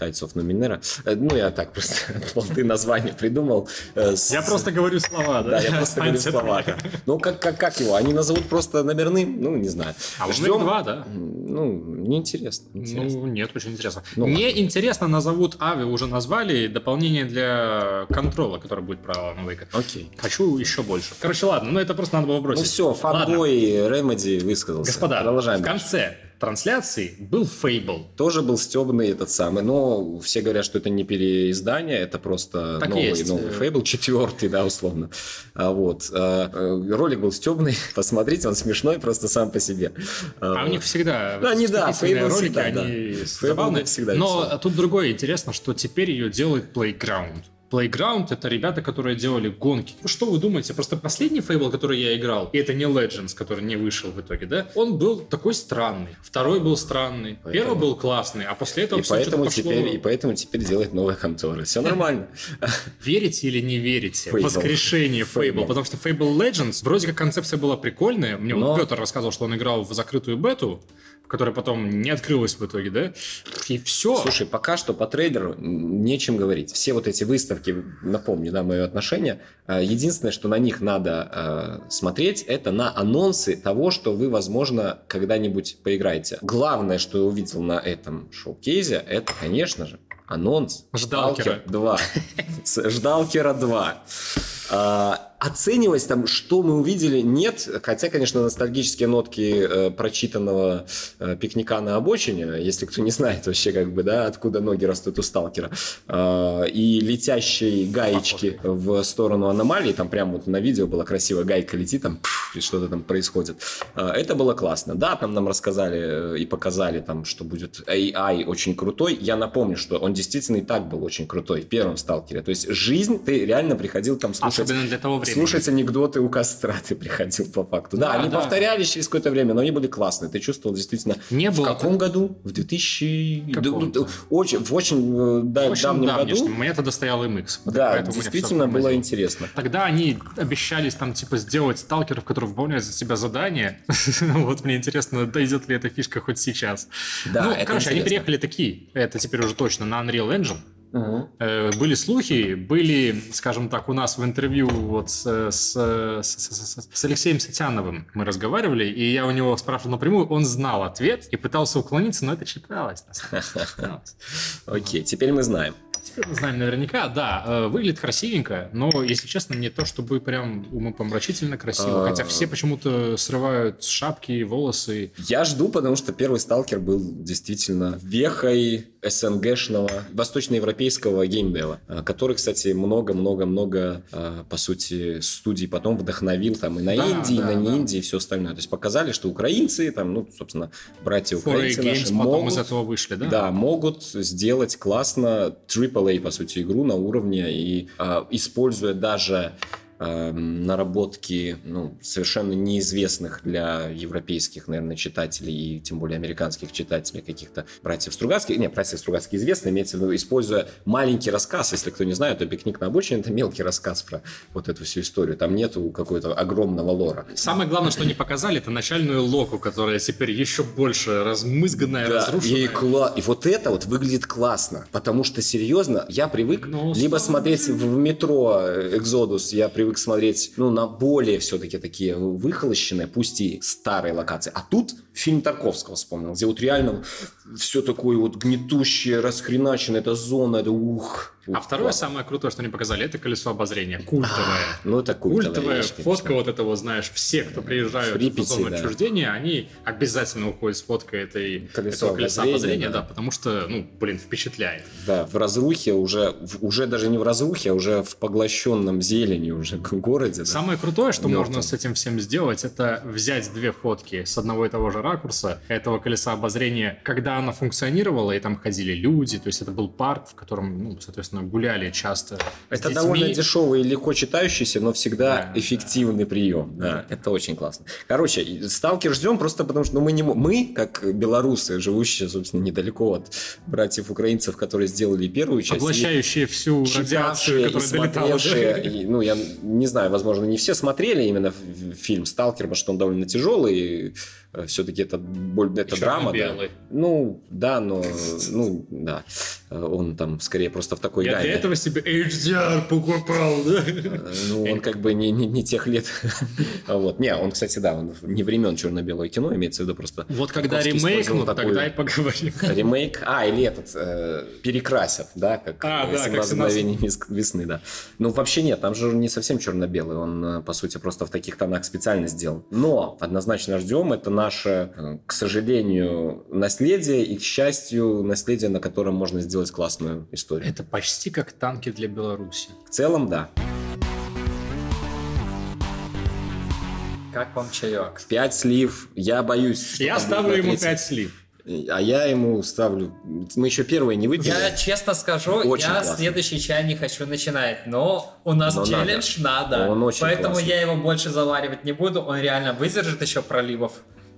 Тайцов оф Нуминера. Э, Ну, я так просто ты название придумал. э, с-
Я просто говорю слова, да?
Да, я просто говорю
Отстаньте от
слова.
меня.
да. Ну, как, как, как его? Они назовут просто номерным? Ну, не знаю.
А уже
Ждем.
два, да?
М, Ну, неинтересно. интересно.
Ну, нет, очень интересно.
Ну,
Мне интересно, назовут Ави, уже назвали дополнение для контрола, которое будет про Алана Вейка.
Ну.
Окей.
Хочу еще больше. Короче, ладно, ну это просто надо было бросить.
Ну все, фанбой Ремеди высказался.
Господа,
продолжаем.
в конце трансляции был Фейбл.
Тоже был стебный этот самый, но все говорят, что это не переиздание, это просто
Так и
новый,
есть.
новый Фейбл, четвертый, да, условно. А, вот. А, э, ролик был стебный, посмотрите, он смешной просто сам по себе. Э,
А у них всегда
Да, они, да,
вступительные
Fable
ролики,
всегда,
они
Fable
забавные.
всегда
Но
весело.
тут другое интересно, что теперь ее делает Playground. Playground это ребята, которые делали гонки. Ну, Что вы думаете? Просто последний фейбл, который я играл, и это не Legends, который не вышел в итоге, да? Он был такой странный. Второй был странный.
Поэтому-
Первый был классный, а после этого
И
всё
поэтому,
что-то пошло-
теперь, и поэтому теперь делает новая контора. Все нормально.
Верите или не верите?
Fable.
Воскрешение Fable.
Fable.
Потому что Fable Legends, вроде как концепция была прикольная. Мне
Но-
вот Петр рассказывал, что он играл в закрытую бету, которая потом не открылась в итоге, да? И все.
Слушай, пока что по трейлеру м, нечем говорить. Все вот эти выставки, напомню, да, мое отношение. а, Единственное, что на них надо э, смотреть, это на анонсы того, что вы, возможно, когда-нибудь поиграете. Главное, что я увидел на этом шоу-кейзе, это, конечно же, анонс.
Ждалкера.
«Сталкер 2. С- Ждалкера 2. А, оценивать там, что мы увидели, нет. Хотя, конечно, ностальгические нотки э, прочитанного э, пикника на обочине, если кто не знает вообще, как бы, да, откуда ноги растут у сталкера, а, и летящие гаечки в сторону аномалии, там прямо вот на видео была красивая гайка летит, там пш, и что-то там происходит. Э, Это было классно. Да, там нам рассказали э, и показали там, что будет AI очень крутой. Я напомню, что он действительно и так был очень крутой в первом «Сталкере». То есть жизнь, ты реально приходил
А
там слушать
Особенно для того времени.
Слушать анекдоты у костра ты приходил по факту. Да,
Да,
они
да.
повторялись через какое-то время, но они были классные. Ты чувствовал действительно...
не
В
было
каком году? В 2000...
Каком-то.
Д- д- Очень, в очень э, да-
В общем,
давнем
давнешнем.
году.
У меня тогда стоял MX. вот
Да,
поэтому у меня всё
действительно было
тормозило.
интересно.
Тогда они обещались там, типа, сделать сталкеров, которые выполняют за себя задания. Вот мне интересно, дойдет ли эта фишка хоть сейчас.
Да,
ну,
это
короче, они
интересно.
переехали такие, это теперь уже точно, на Unreal Engine.
Мгм.
Э, Были слухи, были, скажем так, у нас в интервью вот с, с- с- с- с Алексеем Сатяновым мы разговаривали, и я у него спрашивал напрямую, он знал ответ и пытался уклониться, но это читалось. на самом деле, читалось.
Окей, теперь мы знаем.
Теперь мы знаем наверняка, да, э, выглядит красивенько, но, если честно, не то чтобы прям умопомрачительно красиво,
А.
хотя все почему-то срывают шапки, волосы.
Я жду, потому что первый «Сталкер» был действительно вехой СНГшного, восточноевропейского геймдева, э, который, кстати, много-много-много, э, по сути, студий потом вдохновил там и на
Да,
Индии, и
да,
на не
да.
Индии, и все остальное. То есть показали, что украинцы, там, ну, собственно, братья
Форы
украинцы
Games
наши
потом из
могут...
этого вышли, да?
Да? могут сделать классно AAA, по сути, игру на уровне и э, используя даже эм, наработки ну, совершенно неизвестных для европейских, наверное, читателей и тем более американских читателей каких-то братьев Стругацких. Не, братьев Стругацких известно, имеется в виду, используя маленький рассказ, если кто не знает, то «Пикник на обочине» — это мелкий рассказ про вот эту всю историю. Там нету какого-то огромного лора.
Самое главное, что они показали, это начальную локу, которая теперь еще больше размызганная,
Да,
разрушенная.
И, кла- и вот это вот выглядит классно, потому что серьезно, я привык
Ну,
либо
стало
смотреть в в метро э, Экзодус, я привык смотреть, ну, на более все-таки такие выхолощенные, пусть и старые локации. А тут фильм Тарковского вспомнил, где вот реально все такое вот гнетущее, расхреначенное, это зона, это ух.
А
ух,
второе
классно.
самое крутое, что они показали, это колесо
А,
обозрения, культовое.
Ну, это культовая,
Культовая
вещь,
фотка
конечно.
вот этого, знаешь, все, кто приезжают
В Припяти,
в зону
да.
отчуждения, они обязательно уходят с фоткой этой,
Колесо
этого колеса
обозрения,
обозрения,
да.
да, потому что, ну, блин, впечатляет.
Да, в разрухе уже, в- уже даже не в разрухе, а уже в поглощенном зеленью уже городе. да.
Самое крутое, что
Мёртвым.
можно с этим всем сделать, это взять две фотки с одного и того же ракурса, этого колеса обозрения, когда она функционировала, и там ходили люди, то есть это был парк, в котором, ну, соответственно, гуляли часто с
Это
детьми.
довольно дешевый и легко читающийся, но всегда
Да,
эффективный прием. Да, это очень классно. Короче, и «Сталкер» ждем просто потому, что ну, мы, не, мо- мы, как белорусы, живущие, собственно, недалеко от братьев-украинцев, которые сделали первую часть, и
Поглощающие всю радиацию,
читавшие и
которая долетала.
смотревшие, и, ну, я не знаю, возможно, не все смотрели именно ф- фильм «Сталкер», потому что он довольно тяжелый, все-таки это, боль- это драма. да.
Черно-белый.
Ну, да, но, ну, да, Э, он там скорее просто в такой
Я
гамме.
для этого себе HDR покупал, да?
Э, Ну, он как бы не, не, не тех лет. А вот. Не, он, кстати, да, он не времен черно-белое кино, имеется в виду просто
Вот когда
Тарковский использовал
ремейкнут,
такую-
тогда и поговорим.
ремейк. А, или этот, э, перекрасят, да, как
А,
э,
да, как
17 мгновений вес- весны, да. Ну, вообще нет, там же не совсем черно-белый, он, э, по сути, просто в таких тонах специально сделан. Но однозначно ждем, это наше, э, к сожалению, наследие и, к счастью, наследие, на котором можно сделать классную историю.
Это почти как танки для Беларуси.
В целом, да.
Как вам чаек?
5 слив, я боюсь. что
Я
там будет
ставлю
на
ему
третьем.
5 слив.
А я ему ставлю... Мы еще первые не выпили.
Я честно скажу,
Очень
я
классно.
следующий чай не хочу начинать, но у нас
Но
челлендж надо,
Он очень
поэтому
классный.
я его больше заваривать не буду, он реально выдержит еще проливов.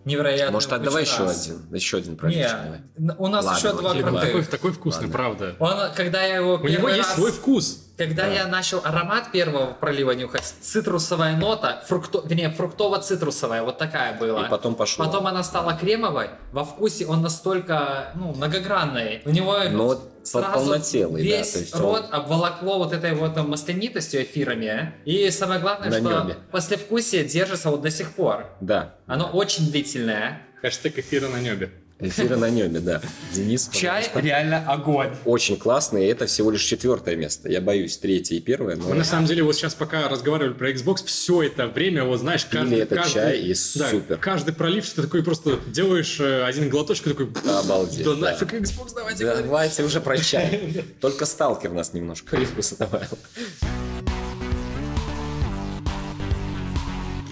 Невероятно.
Может, так давай еще один. Еще один проличный давай.
Не, у нас
Ладно,
еще
вот
два
тебе
крутых.
Такой, такой вкусный,
Ладно.
правда.
Он, когда я его
У него
первый
есть
раз-
свой вкус.
Когда
Да.
я начал аромат первого пролива нюхать, цитрусовая нота, фрукто... вернее, фруктово-цитрусовая, вот такая была.
И потом пошло.
Потом она стала кремовой, во вкусе он настолько ну, многогранный. У него
Но Ну, вот пол-
сразу
полнотелый, да.
весь
То есть он-
рот обволокло вот этой вот там маслянистостью эфирами. И самое главное,
На
что
нёбе.
послевкусие держится вот до сих пор.
Да.
Оно очень длительное.
Хэштег эфира на небе.
Эфира на небе, да. Денис.
Чай
пожалуйста.
реально огонь.
Очень классный, и это всего лишь четвертое место. Я боюсь, третье и первое. но-
Мы на самом деле вот сейчас пока разговаривали про Xbox, все это время, вот знаешь, каждый...
этот
каждый-
чай и
да,
супер.
Каждый пролив, что ты такой просто делаешь э, один глоточек, и такой... «Пф,
Обалдеть,
Да
да.
нафиг Xbox, давайте говорить».
Давайте уже про чай. Только сталкер нас немножко привкуса добавил.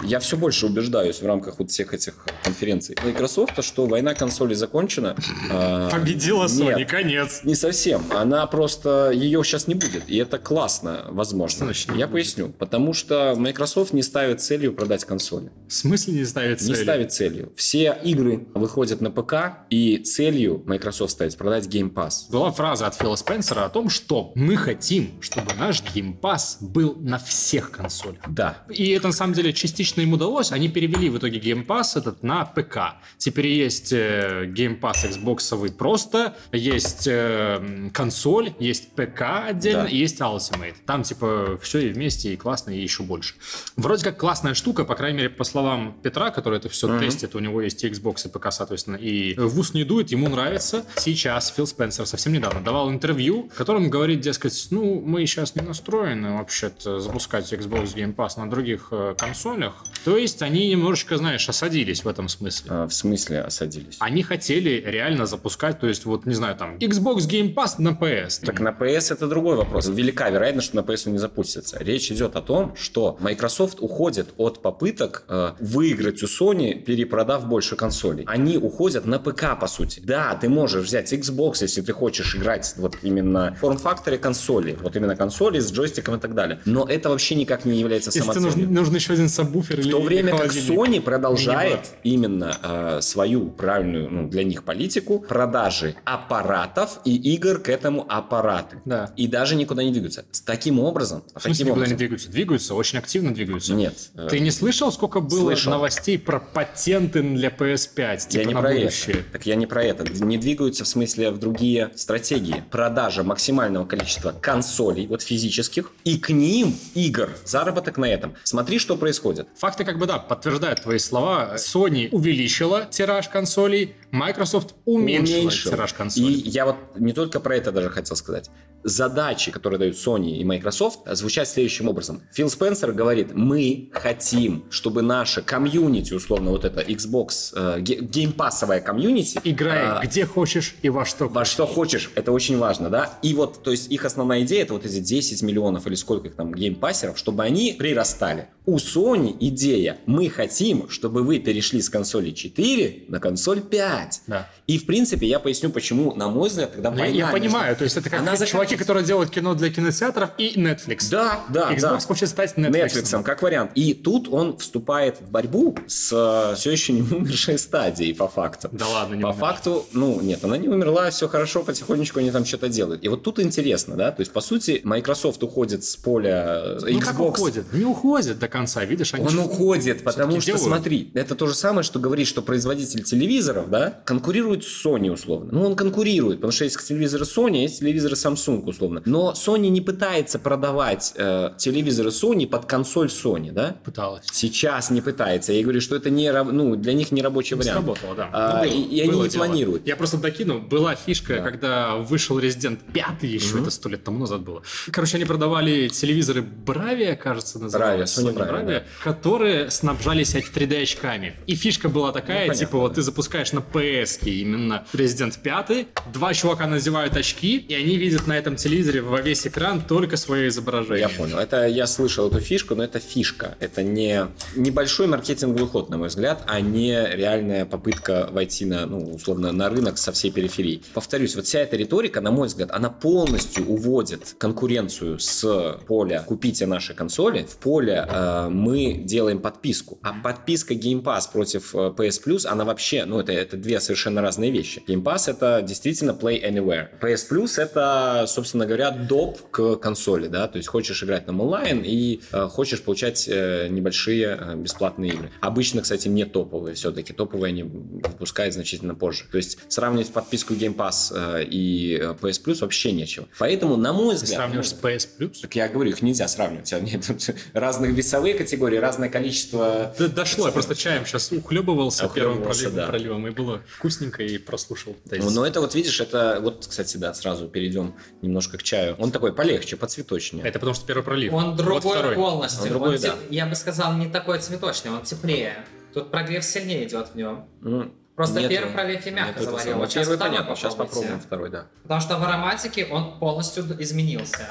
я все больше убеждаюсь в рамках вот всех этих конференций Microsoft, что война консолей закончена. А,
Победила
нет.
Sony, конец.
Не совсем. Она просто... Ее сейчас не будет. И это классно, возможно.
Что значит не
Я
будет?
поясню. Потому что Microsoft не ставит целью продать консоли.
В смысле не ставит
Не
цели?
ставит целью. Все игры выходят на ПК, и целью Microsoft ставит продать Game Pass.
Была фраза от Фила Спенсера о том, что мы хотим, чтобы наш геймпас был на всех консолях.
Да.
И это на самом деле частично им удалось. Они перевели в итоге геймпас этот на ПК. Теперь есть э, геймпас Xboxовый просто, есть э, м, консоль, есть ПК отдельно,
Да.
и есть Ultimate. Там типа все и вместе, и классно, и еще больше. Вроде как классная штука, по крайней мере, по словам Петра, который это все
Мгм.
тестит, у него есть и Xbox, и ПК, соответственно, и в ус не дует, ему нравится. Сейчас Фил Спенсер совсем недавно давал интервью, в котором говорит, дескать, ну, мы сейчас не настроены вообще-то запускать Xbox Game Pass на других э, консолях. То есть они немножечко, знаешь, осадились в этом смысле.
А, в смысле осадились?
Они хотели реально запускать, то есть вот, не знаю, там, Xbox Game Pass на PS.
Так на PS это другой вопрос. Велика вероятность, что на PS он не запустится. Речь идет о том, что Microsoft уходит от попыток э, выиграть у Sony, перепродав больше консолей. Они уходят на ПК, по сути. Да, ты можешь взять Xbox, если ты хочешь играть вот именно в форм-факторе консоли. Вот именно консоли с джойстиком и так далее. Но это вообще никак не является
Если тебе нужен,
самоцелью.
нужен еще один сабвуфер или
а В то время как
холодильник.
Sony продолжает именно э, свою правильную ну, для них политику продажи аппаратов и игр к этому аппарату.
Да.
И даже никуда не двигаются. С таким образом...
В смысле,
таким
никуда не
образом
двигаются? Двигаются, очень активно двигаются.
нет. э,
Ты не слышал, сколько было
Слышал.
новостей про патенты для PS5? Типа
я не
на
про
будущее.
это. Так я не про это. Не двигаются в смысле в другие стратегии. Продажа максимального количества консолей, вот физических, и к ним игр. Заработок на этом. Смотри, что происходит.
Факты как бы, да, подтверждают твои слова. Sony увеличила тираж консолей, Microsoft уменьшила
уменьшил.
тираж консолей.
И я вот не только про это даже хотел сказать. Задачи, которые дают Sony и Microsoft, звучат следующим образом. Фил Спенсер говорит, мы хотим, чтобы наше комьюнити, условно, вот это Xbox, э, ге- геймпассовая комьюнити...
Играй
а,
где хочешь и во что
во что хочешь, это очень важно, да? И вот, то есть их основная идея, это вот эти 10 миллионов или сколько их там геймпассеров, чтобы они прирастали. У Sony идея, мы хотим, чтобы вы перешли с консоли 4 на консоль 5.
Да.
И, в принципе, я поясню, почему, на мой взгляд, тогда
Ну, я-
война
я
между-
понимаю, то есть это как
Она
те чуваки,
заканчивается.
которые делают кино для кинотеатров и Netflix.
Да, да,
Xbox
да.
хочет стать Netflix.
Netflix, как вариант. И тут он вступает в борьбу с все еще не умершей стадией, по факту.
Да ладно, не
По
умерла.
факту, ну, нет, она не умерла, все хорошо, потихонечку они там что-то делают. И вот тут интересно, да, то есть, по сути, Microsoft уходит с поля э,
Ну
Xbox.
как уходит? Не уходит до конца, видишь? они
Он
ж-
уходит, потому что,
делают.
смотри, это то же самое, что говорит, что производитель телевизоров, да, конкурирует с Sony, условно. Ну, он конкурирует, потому что есть телевизоры Sony, есть телевизоры Samsung, условно. Но Sony не пытается продавать э, телевизоры Sony под консоль Sony, да?
пыталась.
Сейчас не пытается. Я говорю, что это не, раб- ну, для них не рабочий
Не
вариант.
Сработало, да.
А,
Ну, было-
и- и они
было
не
дело.
планируют.
Я просто докину. Была фишка,
Да.
когда вышел Resident 5 еще,
Мгм.
это сто лет тому назад было. Короче, они продавали телевизоры Bravia, кажется, назывались.
Bravia, Sony Bravia,
Которые снабжались 3D очками. И фишка была такая,
Ну, понятно,
типа, вот ты запускаешь на PS именно Resident 5, два чувака надевают очки, и они видят на этом телевизоре во весь экран только свое изображение.
Я понял. Это я слышал эту фишку, но это фишка. Это не небольшой маркетинговый ход, на мой взгляд, а не реальная попытка войти на, ну, условно, на рынок со всей периферии. Повторюсь, вот вся эта риторика, на мой взгляд, она полностью уводит конкуренцию с поля «купите наши консоли» в поле э, «мы делаем подписку». А подписка Game Pass против э, PS Plus, она вообще, ну, это, это две совершенно разные вещи. Game Pass — это действительно Play Anywhere. PS Plus — это, собственно говоря, доп к консоли, да, то есть хочешь играть нам онлайн и э, хочешь получать э, небольшие э, бесплатные игры. Обычно, кстати, не топовые все-таки, топовые они выпускают значительно позже. То есть сравнивать подписку Game Pass э, и э, PS Plus вообще нечего. Поэтому, на мой
Ты
взгляд...
сравниваешь с PS Plus?
Так я говорю, их нельзя сравнивать. Они тут разных весовые категории, разное количество...
Да, дошло, я просто чаем сейчас ухлебывался, первым
Ухлёбывался,
проливом,
да. Ну,
проливом, и было вкусненько, и прослушал тезис.
Но это вот, видишь, это... Вот, кстати, да, сразу перейдем немножко к чаю. Он такой полегче, поцветочнее.
Это потому что первый пролив.
Он
Вот
другой
второй.
полностью.
Он другой,
Он теп-
да.
Я бы сказал, не такой цветочный, он теплее. Тут прогрев сильнее идет в нем.
М,
Просто
нет, э,
первый пролив я
нет,
мягко
это
заварил.
Ну, самое.
Вот сейчас
Первый
второй
понятно, сейчас
попробуйте.
попробуем второй, да.
Потому что в ароматике он полностью д- изменился.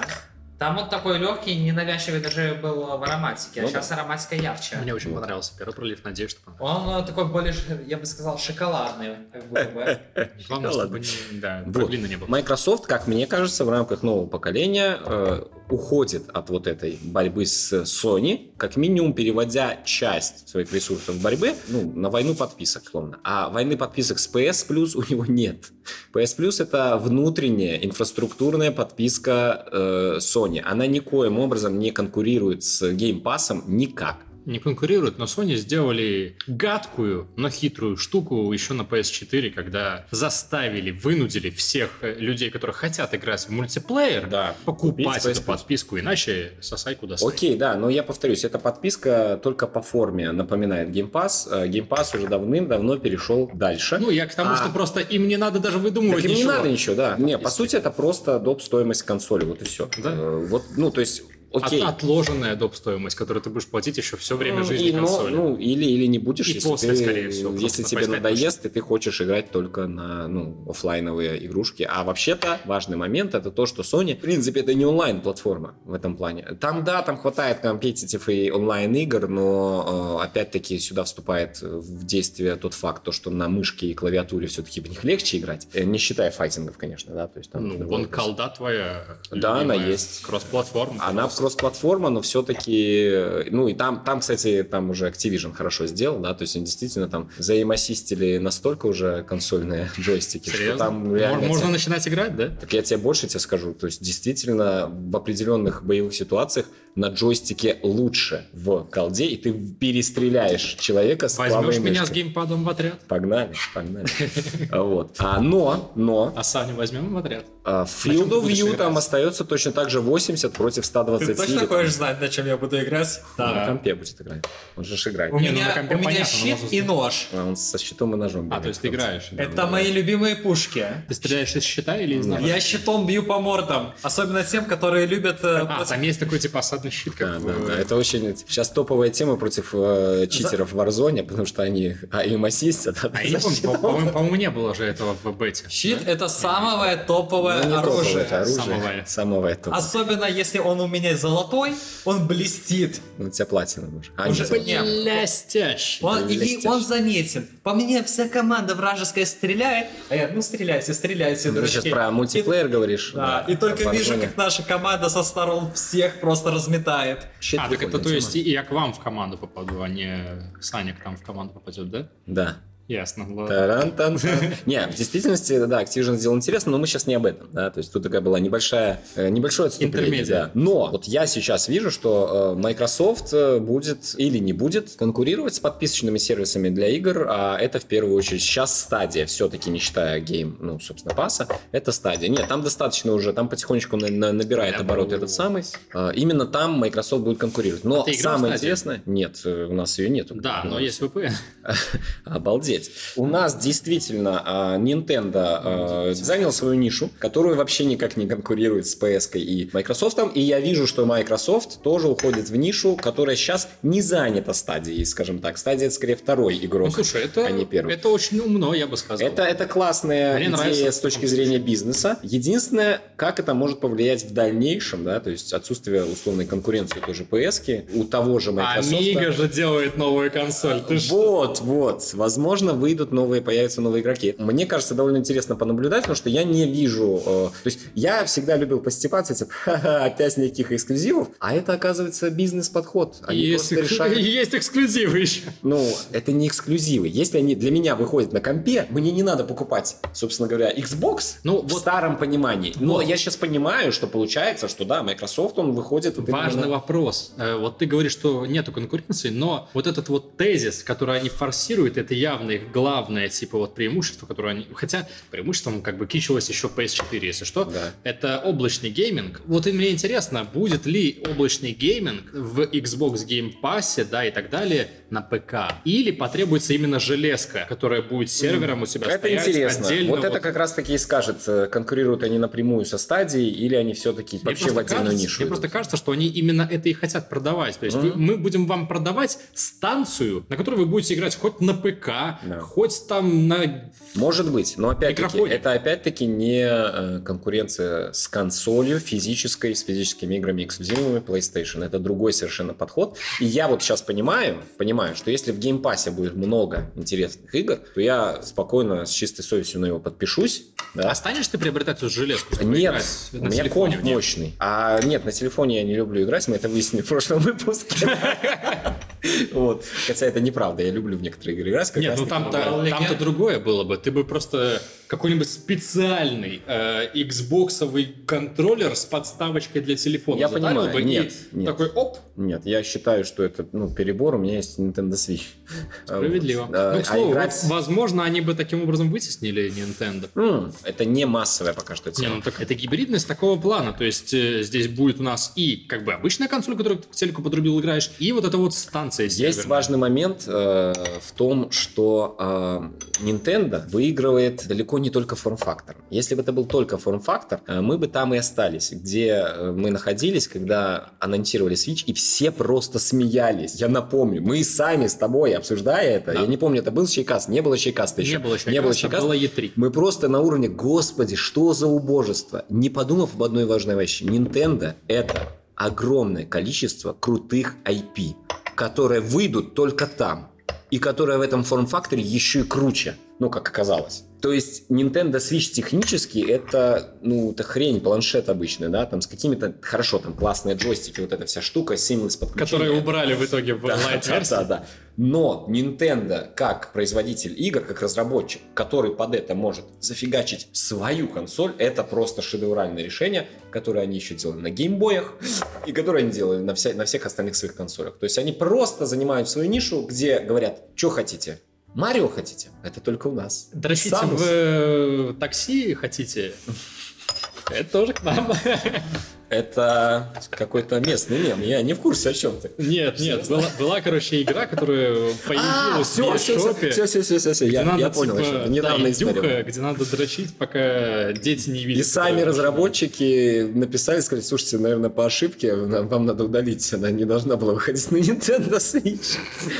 Там он такой легкий, ненавязчивый даже был в ароматике, а
Ну да.
сейчас ароматика ярче.
Мне очень
Вот.
понравился первый пролив, надеюсь, что понравится.
Он э, такой более, ш- я бы сказал, шоколадный. Как будто бы.
Главное, чтобы
Шоколадный.
не, да,
Вот.
продлинный не был.
Microsoft, как мне кажется, в рамках нового поколения э, уходит от вот этой борьбы с Sony, как минимум переводя часть своих ресурсов борьбы ну, на войну подписок, словно. А войны подписок с PS Plus у него нет. PS Plus это внутренняя инфраструктурная подписка э, Sony. Она никоим образом не конкурирует с Game Pass никак.
Не конкурируют, но Sony сделали гадкую, но хитрую штуку еще на PS4, когда заставили, вынудили всех э, людей, которые хотят играть в мультиплеер,
Да.
покупать
Купить PS
эту подписку, иначе сосайку достать.
Окей, да, но я повторюсь, эта подписка только по форме напоминает Game Pass. Э, Game Pass уже давным-давно перешел дальше.
Ну, я к тому,
А.
что просто им не надо даже выдумывать
Так им не
ничего.
надо ничего, да. Не, по
Если-
сути, это просто доп. стоимость консоли, вот и все.
Да. А,
Вот, ну, то есть,
От-
окей.
отложенная доп. стоимость, которую ты будешь платить еще все время
Ну,
жизни
и, ну,
консоли.
ну, или, или не будешь,
И
если,
после,
ты-
скорее всего, потому
если
что
тебе
PS5
надоест, и ты хочешь играть только на ну, оффлайновые игрушки. А вообще-то важный момент это то, что Sony, в принципе, это не онлайн-платформа в этом плане. Там, да, там хватает компетитив и онлайн-игр, но э, опять-таки сюда вступает в действие тот факт, то, что на мышке и клавиатуре все-таки в них легче играть, Э, не считая файтингов, конечно, да. То есть, там
Ну,
другой
вон
вопрос.
колда твоя.
Да, она
любимая,
есть.
Кросс-платформа.
Она
просто.
кросс-платформа, но все-таки, ну и там, там, кстати, там уже Activision хорошо сделал, да, то есть они действительно там взаимосистили настолько уже консольные джойстики, что
Серьезно?
там
Мор-
реально...
Можно
те-
начинать играть, да?
Так я тебе больше тебе скажу, то есть действительно в определенных боевых ситуациях на джойстике лучше в колде, и ты перестреляешь человека с
Возьмешь
правой
меня с
мышкой.
геймпадом в отряд?
Погнали, погнали. Вот. А, но, но,
А Саню возьмем в отряд.
а, в Field
ты
of
будешь
View там
играть?
остается точно так же 80 против
Ты
120.
точно хочешь знать, на чем я буду играть?
Да.
Да.
На компе будет играть. Он же ж играет.
У
Не, ну,
меня,
на компе
у меня
понятно,
щит
можно
и нож.
А, Он со щитом и ножом.
А,
бегает.
то есть ты играешь. да.
Это мои любимые пушки.
Ты стреляешь из щита или из ножа?
Я щитом бью по мордам. Особенно тем, которые любят... э,
А,
против-
там есть такой типа осадный щит,
Да,
как
да,
в-
да. Это очень... Сейчас топовая тема против э, читеров в Warzone, потому что они... А им ассистят. Ну,
А я не помню, по- по-моему, по-моему, не было же этого в бете.
Щит — это самое топовое
Ну, не топовое,
оружие.
это оружие.
Самовое. А
Самовое топовое.
Особенно если он у меня золотой, он блестит.
Ну, у тебя платина уже. А,
Уже
нет, золото.
нет.
Блестящий.
Он, и
Блестяще.
он заметен. По мне вся команда вражеская стреляет. А я, ну стреляйте, стреляйте,
Ну, Ты
дурачки.
сейчас про мультиплеер говоришь.
И, да, и только
Warzone.
вижу, как наша команда со сторон всех просто разметает.
Щит
А, так это
прикольная
то есть
тема.
и я к вам в команду попаду, а не Саня к нам в команду попадет, да?
Да.
Ясно, ладно.
Тарантан. Не, в действительности, да, Activision сделал интересно, но мы сейчас не об этом. Да? То есть тут такая была небольшая, э, небольшое отступление.
Интермедиа.
да. Но вот я сейчас вижу, что э, Microsoft э, будет или не будет конкурировать с подписочными сервисами для игр, а это в первую очередь сейчас стадия, все-таки не считая гейм, ну, собственно, паса, это стадия. Нет, там достаточно уже, там потихонечку на- на- набирает
Я
оборот
был-
этот самый. Э, Именно там Microsoft будет конкурировать. Но
А ты играл в
самое
стадию?
интересное... Нет, э, у нас ее нету.
Да, но
Ну,
есть VPN.
Обалдеть. У нас действительно а, Nintendo а, занял свою нишу, которую вообще никак не конкурирует с PS -кой и Microsoft. И я вижу, что Microsoft тоже уходит в нишу, которая сейчас не занята стадией, скажем так. Стадия это скорее второй игрок.
Ну, слушай, это,
а не первый.
это очень умно, я бы сказал.
Это, это классная
Мне
идея
нравится.
с точки зрения бизнеса. Единственное, как это может повлиять в дальнейшем, да, то есть отсутствие условной конкуренции тоже PS, -ки у того же Microsoft.
Амига А же делает новую консоль. Ну, Ты ж-
Вот, вот. Возможно, выйдут новые, появятся новые игроки. Мне кажется, довольно интересно понаблюдать, потому что я не вижу... э, то есть я всегда любил постепаться, типа, «Ха-ха, опять никаких эксклюзивов. А это, оказывается, бизнес-подход. Они
Есть,
просто
экск-
решают...
есть эксклюзивы еще.
Ну, это не эксклюзивы. Если они для меня выходят на компе, мне не надо покупать, собственно говоря, Xbox
Ну,
в
вот-
старом понимании. Но
Вот.
я сейчас понимаю, что получается, что да, Microsoft, он выходит... вот именно-
Важный вопрос. Э, Вот ты говоришь, что нету конкуренции, но вот этот вот тезис, который они форсируют, это явно их главное, типа, вот преимущество, которое они... Хотя преимуществом как бы кичилось еще PS4, если что.
Да.
Это облачный гейминг. Вот и мне интересно, будет ли облачный гейминг в Xbox Game Pass, да, и так далее, на ПК. Или потребуется именно железка, которая будет сервером у тебя
Это
стоять
интересно.
отдельно.
Вот это как раз таки и скажет, э, конкурируют они напрямую со стадией, или они все-таки
Мне
вообще в
просто
отдельную
кажется-
нишу.
Мне
идут.
просто кажется, что они именно это и хотят продавать. То есть вы-
Мгм.
мы будем вам продавать станцию, на которой вы будете играть хоть на ПК,
Да.
хоть там на...
Может быть, но опять-таки,
Микрофоне.
это опять-таки не э, конкуренция с консолью физической, с физическими играми эксклюзивными PlayStation. Это другой совершенно подход. И я вот сейчас понимаю, понимаю, что если в геймпассе будет много интересных игр, то я спокойно, с чистой совестью на него подпишусь. да.
А станешь ты приобретать эту железку? чтобы
Нет,
играть
у
на
меня
телефоне
комп
в нее?
мощный. А нет, на телефоне я не люблю играть, мы это выяснили в прошлом выпуске. Вот. Хотя это неправда, я люблю в некоторые игры играть. как
Нет,
раз
ну
таки
там-то,
Mobile Legends.
там-то другое было бы. Ты бы просто какой-нибудь специальный э, Xbox-овый контроллер с подставочкой для телефона
Я
затарил
понимаю,
бы
нет,
и
нет.
такой оп,
Нет, я считаю, что это ну, перебор. У меня есть Nintendo Switch.
справедливо.
Вот. Да,
ну,
а
к слову,
играть-
вот, возможно, они бы таким образом вытеснили Nintendo.
М, это не массовая пока что
Не,
тема.
ну так это гибридность такого плана. То есть э, здесь будет у нас и как бы обычная консоль, которую ты к телеку подрубил, играешь, и вот эта вот станция
Есть
северная.
важный момент э, в том, что э, Nintendo выигрывает далеко не только форм-фактором. Если бы это был только форм-фактор, э, мы бы там и остались, где э, мы находились, когда анонсировали Switch, и все просто смеялись. Я напомню, мы сами с тобой, обсуждая это,
Да.
я не помню, это был щейкаст, не было щейкаста еще.
Не было еще.
Не было
Акаста,
щейкаста.
было E3.
Мы просто на уровне, господи, что за убожество. Не подумав об одной важной вещи. Nintendo — это огромное количество крутых IP, которые выйдут только там. И которые в этом форм-факторе еще и круче. Ну, как оказалось. То есть Nintendo Switch технически это, ну, это хрень, планшет обычный, да, там с какими-то, хорошо, там классные джойстики, вот эта вся штука, seamless подключение.
Которые убрали в итоге в
Да,
Lite-версии.
да, да. Но Nintendo, как производитель игр, как разработчик, который под это может зафигачить свою консоль, это просто шедевральное решение, которое они еще делали на геймбоях и которое они делали на, вся- на всех остальных своих консолях. То есть они просто занимают свою нишу, где говорят, что хотите. Марио хотите? Это только у нас.
Дрочите
Самус.
в э, такси хотите? Это тоже к нам.
Это какой-то местный мем. Я не в курсе, о чем ты.
Нет, нет, была, была, короче, игра, которая
А,
появилась в
все, все,
eShop,
все, все, все, все,
где
Я,
надо,
я понял,
типа,
что это
да,
недавно
индюха,
история.
где надо дрочить, пока дети не
И
видят.
сами
этого.
разработчики написали, сказали, слушайте, наверное, по ошибке нам- вам надо удалить, она не должна была выходить на Nintendo Switch.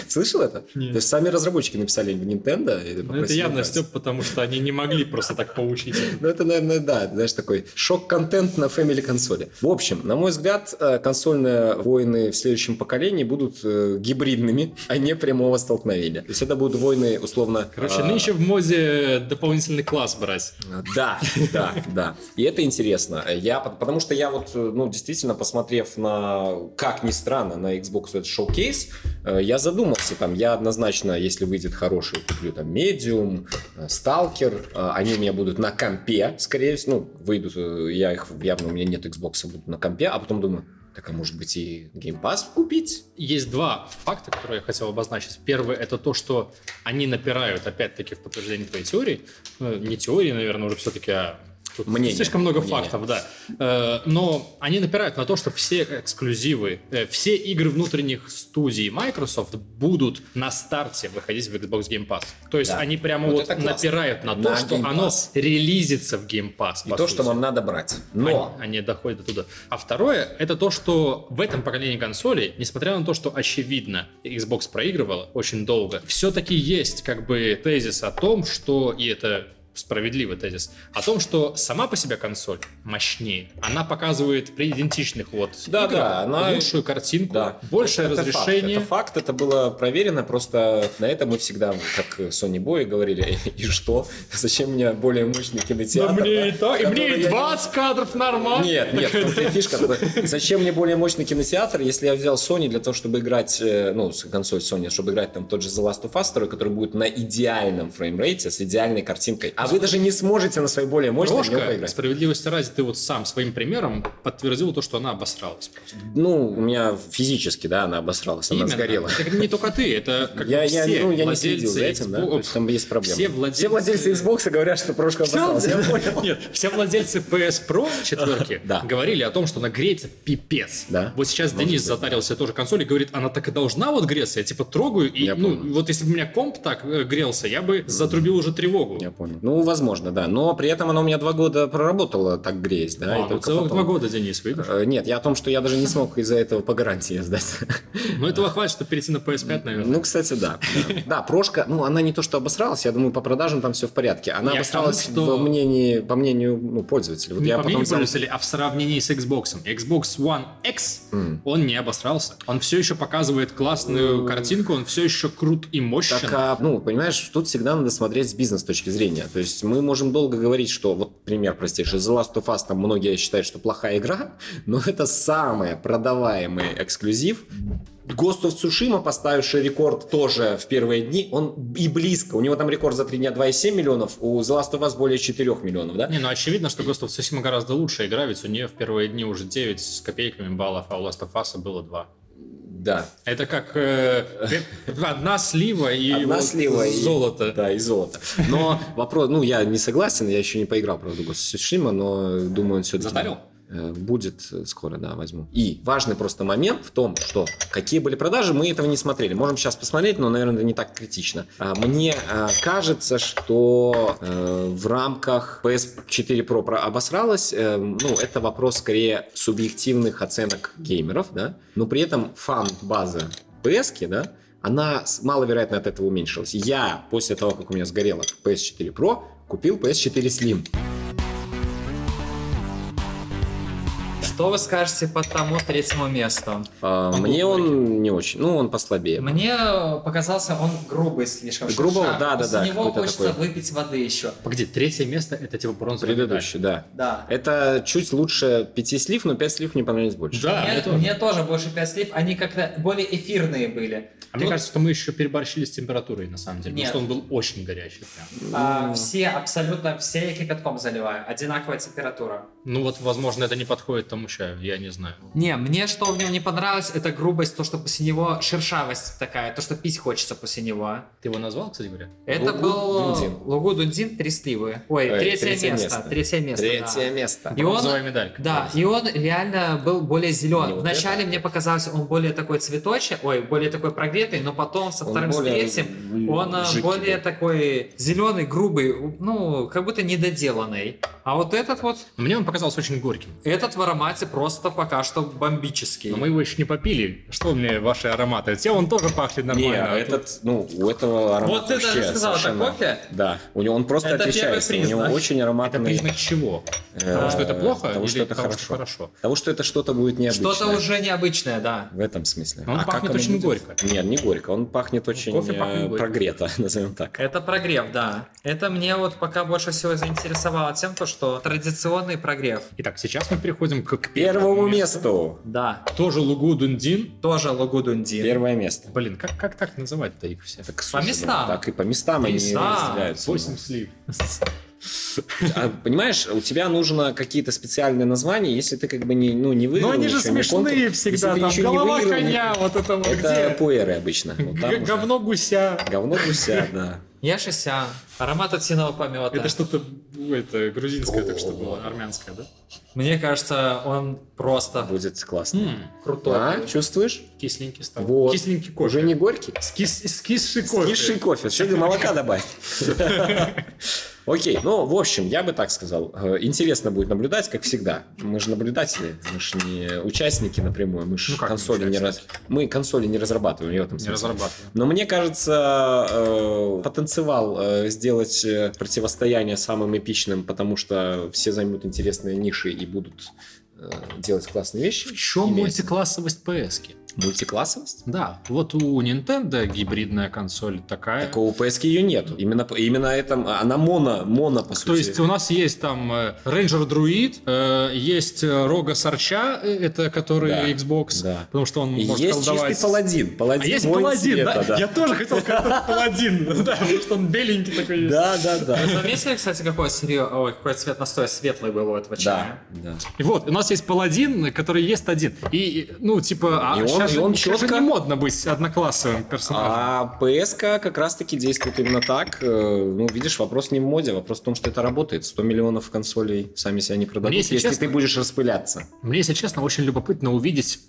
Слышал это?
Нет.
То есть сами разработчики написали в Nintendo. и
Ну, это
попросили
явно
убрать.
Степ, потому что они не могли просто так поучить.
Ну, это, наверное, да, это, знаешь, такой шок-контент на Family консоли. В общем, на мой взгляд, э, консольные войны в следующем поколении будут э, гибридными, а не прямого столкновения. То есть это будут войны, условно...
Короче,
а,
нынче в моде дополнительный класс брать.
Да, да, да. И это интересно. Я, под- потому что я вот, э, ну, действительно, посмотрев на, как ни странно, на Xbox этот шоу-кейс, э, я задумался там, я однозначно, если выйдет хороший, куплю там Medium, э, Stalker, э, они у меня будут на компе, скорее всего, ну, выйдут, э, я их, явно у меня нет Xbox, будут на компе, а потом думаю, так, а может быть и Game Pass купить?
Есть два факта, которые я хотел обозначить. Первый — это то, что они напирают, опять-таки, в подтверждение твоей теории. Ну, не теории, наверное, уже все-таки, а... Тут
Мнение.
Слишком много
Мнение.
фактов, да. Э, Но они напирают на то, что все эксклюзивы, э, все игры внутренних студий Microsoft будут на старте выходить в Xbox Game Pass. То есть
Да.
они прямо
Вот
вот,
это классно.
напирают на то,
На
что
Game
оно
Pass.
релизится в Game Pass.
И
по
то, что
сути
вам надо брать. Но...
они, они доходят оттуда. А второе, это то, что в этом поколении консолей, несмотря на то, что очевидно Xbox проигрывала очень долго, все-таки есть как бы тезис о том, что, и это справедливый тезис, о том, что сама по себе консоль мощнее. Она показывает при идентичных вот
Да,
играх
да, она-
лучшую картинку,
Да.
большее
Это факт,
разрешение.
это факт, это было проверено, просто на это мы всегда, как Sony Boy, говорили, и что? Зачем мне более мощный
Да
кинотеатр? да,
мне и так, и
в
мне
который
и
я не
20 кадров нормально.
нет, нет, тут и фишка. Зачем мне более мощный кинотеатр, если я взял Sony для того, чтобы играть, э, ну, с- консоль Sony, чтобы играть там тот же The Last of Us 2, который будет на идеальном фреймрейте, с идеальной картинкой. А А вы даже не сможете на своей более мощной в неё
Крошка,
поиграть.
справедливости ради, ты вот сам своим примером подтвердил то, что она обосралась. просто.
Ну, у меня физически, да, она обосралась, она
Именно.
сгорела.
Это не только ты, это как
Я,
бы
я,
все
ну, я не
владельцы
следил за этим, да,
Xbox-
то есть там есть проблемы.
Все владельцы...
Все владельцы Xbox говорят, что прошка обосралась. Я понял.
Нет, все владельцы PS Pro четверки
Да.
говорили о том, что она греется пипец.
Да.
Вот сейчас
Может
Денис
быть,
затарился тоже консоль и говорит, она так и должна вот греться. Я типа трогаю, и
Я
ну,
понял.
вот если бы у меня комп так э, грелся, я бы затрубил уже тревогу.
Я понял. Ну, возможно, да. Но при этом она у меня два года проработала так греясь, да.
А,
и
ну,
только
целых
потом.
два года, Денис, видишь?
Э, Нет, я о том, что я даже не смог из-за этого по гарантии сдать.
Но этого хватит, чтобы перейти на PS5, наверное.
Ну, кстати, да. Да, Да, прошка, ну, она не то что обосралась, я думаю, по продажам там все в порядке. Она
Я к тому,
обосралась
что-
во мнении, по мнению ну, пользователей. Вот
не
я
по
потом
мнению
сам-
пользователей, а в сравнении с Xbox. Xbox One X,
М.
он не обосрался. Он все еще показывает классную картинку, он все еще крут и мощен.
Так, а, ну, понимаешь, тут всегда надо смотреть с бизнес-точки зрения. То есть мы можем долго говорить, что, вот пример простейший, The Last of Us, там многие считают, что плохая игра, но это самый продаваемый эксклюзив. Ghost of Tsushima, поставивший рекорд тоже в первые дни, он и близко. У него там рекорд за три дня 2,7 миллионов, у The Last of Us более 4 миллионов, да?
Не, ну очевидно, что Ghost of Tsushima гораздо лучше игра, ведь у нее в первые дни уже 9 с копейками баллов, а у Last of Us было 2.
Да.
Это как э, э, одна слива и
Одна
вот
слива и-
золото.
Да, и золото. Но вопрос, ну, я не согласен, я еще не поиграл, правда, в Ghost of Tsushima, но думаю, он все-таки...
Затарил?
Будет э, скоро, да, возьму. И важный просто момент в том, что какие были продажи, мы этого не смотрели. Можем сейчас посмотреть, но, наверное, это не так критично. А, Мне э, кажется, что э, в рамках PS4 Pro про- обосралась. э, Ну, это вопрос скорее субъективных оценок геймеров, да. Но при этом фан-база PS, да, она с- маловероятно от этого уменьшилась. Я после того, как у меня сгорела PS4 Pro, купил PS4 Slim.
Что вы скажете по тому третьему месту?
А,
Он был
мне
маленький.
он не очень, ну он послабее.
Мне э, показался он грубый слишком.
Грубого,
шершавый.
да, да,
После
да,
него
какой-то
хочется
такой.
выпить воды еще.
Погоди, третье место это типа бронзовая
Предыдущий, да.
Да.
Это чуть лучше 5 слив, но 5 слив мне понравились больше.
медаль. Да,
мне,
мне тоже.
мне тоже больше 5 слив, они как-то более эфирные были.
А мне
Тут-
кажется, что мы еще переборщили с температурой, на самом деле,
Нет.
потому что он был очень горячий прям.
А, все, абсолютно все я кипятком заливаю. Одинаковая температура.
Ну вот, возможно, это не подходит тому чаю, я не знаю.
Не, мне что в нем не понравилось, это грубость, то, что после него шершавость такая, то, что пить хочется после него.
Ты его назвал, кстати говоря?
Это
Лугу
был
Дундин.
Лугу Дундин, три сливы. Ой,
Ой,
третье,
третье
место,
место.
Третье место.
Третье
да.
место.
И он-
Бронзовая медалька.
Да, и он реально был более
Не
зелен.
вот
Вначале
это.
мне показалось, он более такой цветочек, ой, более такой прогретый, но потом со
Он
вторым, с
более
третьим
м,
он э,
жидкий,
более
да.
такой зеленый, грубый, ну, как будто недоделанный. А вот этот вот,
Мне он показался очень горьким.
этот в аромате просто пока что бомбический.
Но мы его еще не попили. Что мне ваши ароматы? Те он тоже пахнет
Не,
нормально. а тут-
этот, ну, у этого аромат
Вот ты даже
вообще
сказал, это
совершенно-
кофе?
Да, у него он просто
Это первый
отличается, у него
признак.
очень
Это
ароматный...
признак чего?
э,
Того, что это плохо
Того,
или
что это
того,
хорошо.
что хорошо?
Того, что это что-то будет необычное.
Что-то уже необычное, да.
В этом смысле.
Он
А как
пахнет
оно
очень
будет?
горько.
Нет, не горько, он пахнет очень
кофе
э,
пахнет горько. Э,
прогрето, назовем так.
Это прогрев, да. Это мне вот пока больше всего заинтересовало тем, то, что традиционный прогрев.
Итак, сейчас мы переходим к, к
Первому месту.
Да,
Тоже Лугу Дундин.
тоже Лугу Дундин.
Первое место.
Блин, как, как так называть-то их все?
Так, слушай, ну,
местам.
Так и по местам они
местам.
разделяются.
Восемь слив.
А, понимаешь, у тебя нужно какие-то специальные названия, если ты как бы не, ну, не выиграл.
Ну они же
ничего, не
смешные
конкур- если
всегда,
ты
там
ничего не
голова
выиграл, ну,
коня, вот это вот
Это
где?
пуэры обычно. Вот там
Г-
уже
Говно гуся.
Говно гуся, да.
Я шися. Аромат утиного помета.
Это что-то это, грузинское, так что было, армянское, да?
Мне кажется, он просто
Будет классно.
М,
крутой.
А, чувствуешь?
Кисленький стал.
Вот.
Кисленький кофе.
Уже не горький?
Скис, скисший кофе.
Скисший кофе. Что ты молока добавь? Окей, ну, в общем, я бы так сказал. Э, Интересно будет наблюдать, как всегда. Мы же наблюдатели, мы же не участники напрямую, мы же
Ну как
консоли
не
не раз... Мы консоли не разрабатываем, я в этом
Не
смысле.
разрабатывал.
Но мне кажется, э, потенциал э, сделать э, противостояние самым эпичным, потому что все займут интересные ниши и будут э, делать классные вещи.
В чем
имеется.
мультиклассовость PS? -ки?
Мультиклассовость?
Да, вот у Nintendo гибридная консоль такая.
Такого у PS ее нету. Именно, по- именно это, она моно, моно, по сути.
То есть у нас есть там Рейнджер Друид, есть э, Рога Сарча, э, это который
Да,
Xbox,
да.
потому что он
И
может
есть
колдовать.
чистый паладин.
А
паладин
есть
воин
паладин,
света,
да?
да.
Я тоже хотел сказать, что это паладин, да, потому что он беленький такой есть.
Да, да, да.
Вы заметили, кстати, какой, серьё- ой, какой цвет настоя светлый был у этого чая?
Да, да.
И вот, у нас есть паладин, который ест один. И, ну, типа, а
И он-
сейчас,
и
же-
он
сейчас же
чётко-
не модно быть одноклассовым персонажем.
А ps как раз-таки действует именно так. Э, Ну, видишь, вопрос не в моде, вопрос в том, что это работает. 100 миллионов консолей сами себя не продадут,
Мне, если
если,
честно-
ты будешь распыляться.
Мне, если честно, очень любопытно увидеть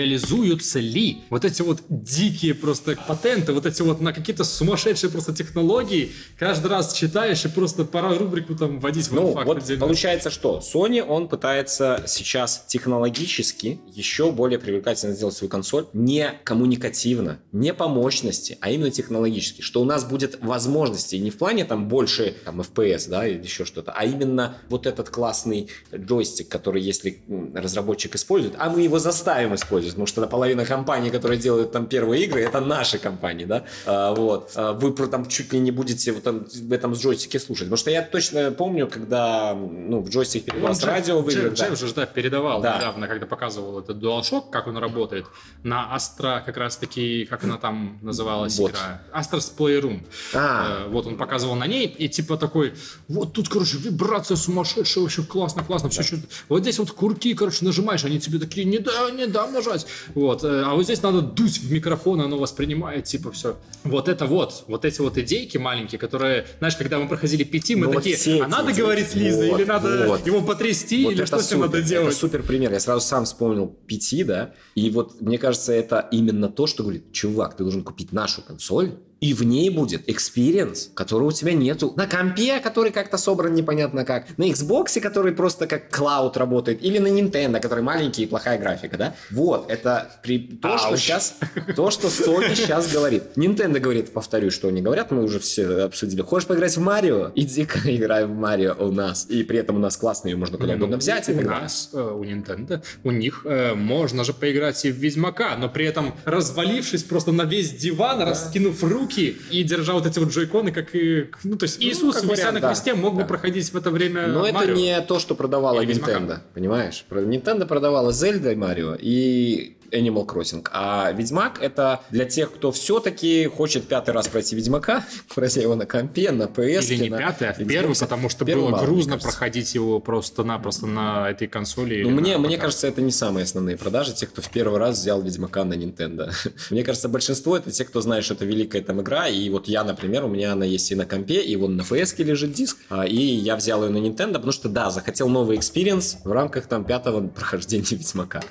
реализуются ли вот эти вот дикие просто патенты, вот эти вот на какие-то сумасшедшие просто технологии, каждый раз читаешь и просто пора рубрику там вводить в
Ну,
инфакт
вот
отдельно.
получается, что Sony, он пытается сейчас технологически еще более привлекательно сделать свою консоль не коммуникативно, не по мощности, а именно технологически, что у нас будет возможности не в плане там больше там FPS, да, или еще что-то, а именно вот этот классный джойстик, который если м, разработчик использует, а мы его заставим использовать, потому что половина компаний, которые делают там первые игры, это наши компании, да, А, вот, А вы про там чуть ли не будете вот там в этом джойстике слушать, потому что я точно помню, когда, м, ну, в джойстик
Он
передавалось
Джефф-
радио в
Джефф-
играх, да.
Джефф же, да, передавал
Да.
недавно, когда показывал этот DualShock, как он работает. На Astra как раз-таки, как она там называлась
Вот.
игра? Astra's Playroom.
А,
Э, Вот он показывал на ней, и типа такой, вот тут, короче, вибрация сумасшедшая, вообще классно, классно, все чувствует. Вот здесь вот курки, короче, нажимаешь, они тебе такие, не да, не да, нажать. Вот, э, а вот здесь надо дуть в микрофон, и оно воспринимает, типа, все. Вот это вот, вот эти вот идейки маленькие, которые, знаешь, когда мы проходили пяти, мы
Ну, вот
такие,
все эти
а надо
идеи.
говорить Лиза,
Вот,
или надо
вот.
его потрясти,
Вот
или
это
что с ним
супер,
надо
это
делать?
супер пример. Я сразу сам вспомнил пяти, да. И вот мне кажется, это именно то, что говорит, чувак, ты должен купить нашу консоль, и в ней будет experience, которого у тебя нету. На компе, который как-то собран непонятно как. На Xbox, который просто как клауд работает. Или на Nintendo, который маленький и плохая графика, да? Вот, это при... то, что
Ауч.
сейчас, то, что Sony сейчас говорит. Nintendo говорит, повторю, что они говорят, мы уже все обсудили. Хочешь поиграть в Марио? Иди-ка играй в Марио у нас. И при этом у нас классные, ее можно куда
Ну,
угодно взять
У
иногда.
нас, э, у Nintendo, у них э, можно же поиграть и в Ведьмака, но при этом развалившись просто на весь диван, раскинув руки и держа вот эти вот джойконы, как и... Ну, то есть
Ну,
Иисус,
как
вися
вариант,
на
да.
кресте, мог бы
Да.
проходить в это время
Но Ну, это
Марио.
не то, что продавала
Или Ведьмака.
Nintendo, понимаешь? Про- Nintendo продавала Зельда и Марио и Animal Crossing. А Ведьмак это для тех, кто все-таки хочет пятый раз пройти Ведьмака, пройти его на компе, на PS.
Или не
на
пятый, а в
Xbox.
первый, потому что
Первый
было
мало, мне
грузно
кажется.
проходить его просто-напросто на этой консоли. или
Ну, мне,
на
мне
ПК.
кажется, это не самые основные продажи, те, кто в первый раз взял Ведьмака на Nintendo. мне кажется, большинство это те, кто знает, что это великая там игра, и вот я, например, у меня она есть и на компе, и вон на ps лежит диск, а, и я взял ее на Nintendo, потому что, да, захотел новый экспириенс в рамках там пятого прохождения Ведьмака.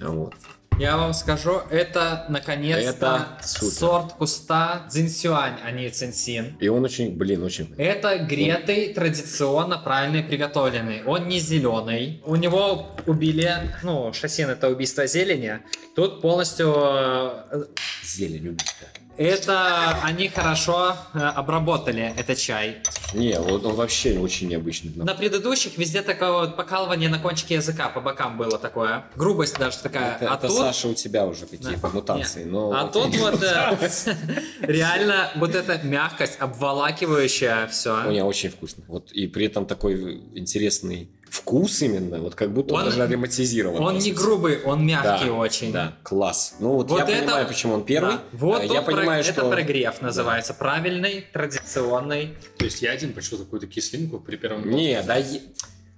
Вот.
Я вам скажу, это наконец-то
Это супер.
сорт куста дзинсюань, а не цинсин.
И он очень, блин, очень...
Это гретый, традиционно правильно приготовленный. Он не зеленый. У него убили, ну, шасин это убийство зелени. Тут полностью э,
Зелень любит. да.
это они хорошо э, обработали, это чай.
Не, он, он вообще очень необычный.
На предыдущих везде такое вот покалывание на кончике языка, по бокам было такое. Грубость даже такая.
Это,
а
это,
тут-
Саша у тебя уже какие-то
Да.
мутации,
Не.
но...
А тут вот э, реально вот эта мягкость, обволакивающая
У
все.
меня очень вкусно. Вот и при этом такой интересный вкус именно, вот как будто он,
Он-
даже ароматизирован.
Он
по
не
сути.
грубый, он мягкий
Да,
очень.
Да, класс. Ну вот,
Вот
я
это-
понимаю, почему он первый.
Да. Вот
Э, я
тут про-
понимаю,
это
что
прогрев называется. Правильный, традиционный.
То есть я один почувствовал какую-то кислинку при первом...
не, да, е-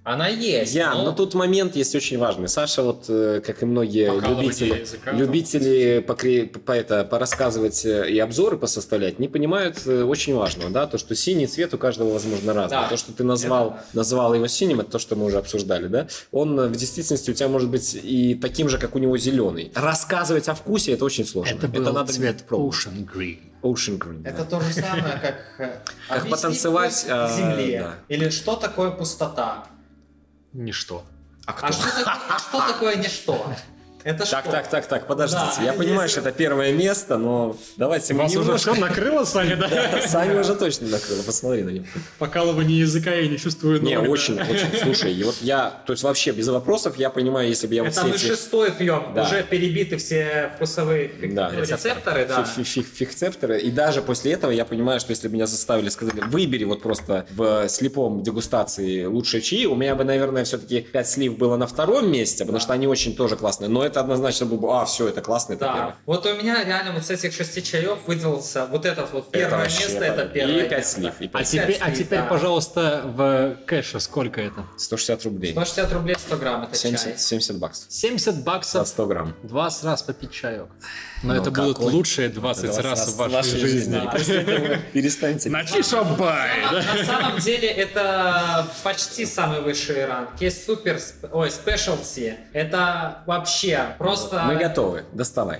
Она есть.
я,
но-
но тут момент есть очень важный. Саша вот, э, как и многие
Покалывание
любители,
языка, там.
любители покре- по, это, порассказывать э, и обзоры посоставлять, не понимают э, очень важного, да, то, что синий цвет у каждого, возможно, разный.
Да.
То, что ты назвал,
Это
назвал его синим, это то, что мы уже обсуждали, да, он э, в действительности у тебя может быть и таким же, как у него зеленый. Рассказывать о вкусе это очень сложно.
Это был
надо
цвет
пробовать.
Ocean Green.
Ocean Green, да.
Это то же самое, как... э,
Как
объяснить
потанцевать,
путь
а,
земле.
да.
Или что такое пустота.
Ничто.
А что такое- а что такое ничто? Это
Так,
что?
так, так, так, подождите.
Да,
я понимаю, что
если-
это первое место, но давайте
Вас
мне
уже все накрыло сами, да?
Сами уже точно накрыло, посмотри на него.
Покалывание языка я не чувствую.
Не,
но-
очень, очень. Слушай, и вот я, то есть вообще без вопросов, я понимаю, если бы я вот
Это
все
мы
эти
шестой пьем,
Да.
уже перебиты все вкусовые
Да.
рецепторы.
Рецепторы, да.
фи- фи- фи- фихцепторы, и даже после этого я понимаю, что если бы меня заставили, сказали, выбери вот просто в слепом дегустации лучшие чаи, у меня бы, наверное, все-таки 5 слив было на втором месте, потому что они очень тоже классные, но это однозначно было бы, а, все, это классно, это первое».
Да. Вот у меня реально вот с этих шести чаев выделился вот этот вот первое
вообще
место,
правда.
это первое.
И 5
место.
слив, и
А
пять.
теперь, а
Пять,
теперь,
да.
пожалуйста, в кэше сколько это?
160 рублей.
160 рублей 100 грамм это чай.
70, 70 баксов.
70
За
баксов,
100 грамм.
20 раз попить чаек. Но
Ну,
это
какой?
будут лучшие 20,
20
раз в
раз
вашей, жизни.
жизни. Перестаньте.
Натиша Бай!
На на самом деле это почти самый высший ранг. Есть супер, сп- ой, спешлти. Это вообще просто...
Мы готовы, доставай.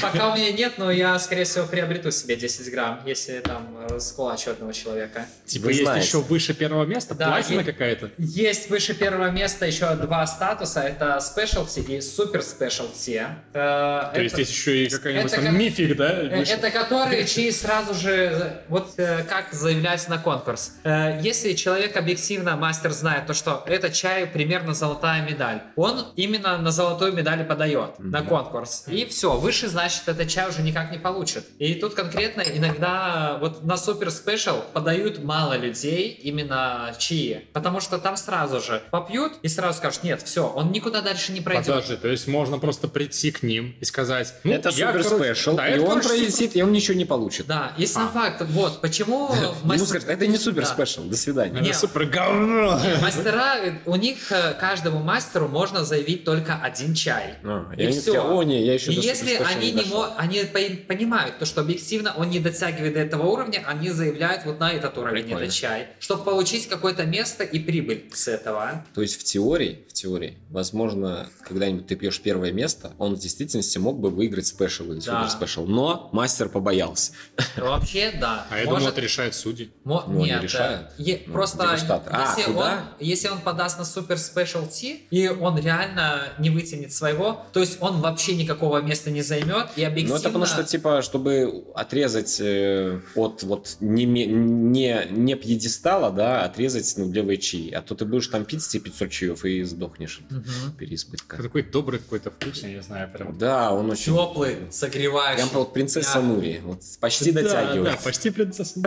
Пока у меня нет, но я, скорее всего, приобрету себе 10 грамм, если там э, с кулача одного человека.
Типа
Вы
есть
знаете.
еще выше первого места?
Да,
Платина
и-
какая-то?
Есть выше первого места еще два статуса. Это спешлти и супер спешлти. Э,
То есть есть еще и какая-нибудь
это
там
как-
мифик, да?
Э,
выше?
Это которые, чьи сразу же, вот э, как заявляется на конкурс. Э, Если человек объективно, мастер знает то, что это чай примерно золотая медаль, он именно на золотую медаль и подает на конкурс. И все, выше, значит, этот чай уже никак не получит. И тут конкретно иногда э, вот на супер спешл подают мало людей именно чаи, потому что там сразу же попьют и сразу скажут, нет, все, он никуда дальше не пройдет.
Подожди, то есть можно просто прийти к ним и сказать... ну,
Это
я,
супер
короче-
спешл,
Да,
и
это,
он
короче,
пролетит, и он ничего не получит.
Да, и сам факт, вот, почему...
А. Ему
мастер-
скажут, это не супер
Да.
спешл, до свидания.
Это
Нет.
супер говно!
Мастера, э, у них э, каждому мастеру можно заявить только один чай.
А,
И
и они
всё.
такие, «О, не, я еще
И
до
если
супер спешла
они
не
не
дошла».
мо- они по- понимают, то, что объективно он не дотягивает до этого уровня, они заявляют вот на этот уровень
Прикольно.
этот чай, чтобы получить какое-то место и прибыль с этого.
То есть в теории, в теории, возможно, когда-нибудь ты пьешь первое место, он в действительности мог бы выиграть спешл
Да.
или супер спешл, но мастер побоялся.
Вообще, да.
А я
Может-
думал, это решают судьи.
Мо-
Ну, они
нет,
решают.
э, е-
Ну,
просто
дегустатор. А,
если, он,
куда?
если он подаст на супер спешлти, и он реально не вытянет своего, то есть он вообще никакого места не займет, и
Ну
объективно...
это потому что, типа, чтобы отрезать э, от вот не, ме- не, не пьедестала, да, отрезать ну, левые чаи. А то ты будешь там пить эти 500 чаев и сдохнешь от
Мгм.
переизбытка.
Такой добрый какой-то вкусный, я не знаю, прям.
Да, он очень...
Теплый, согревающий.
Прям вот принцесса
Да.
Нури. Вот почти дотягивает.
Да, да, почти принцесса.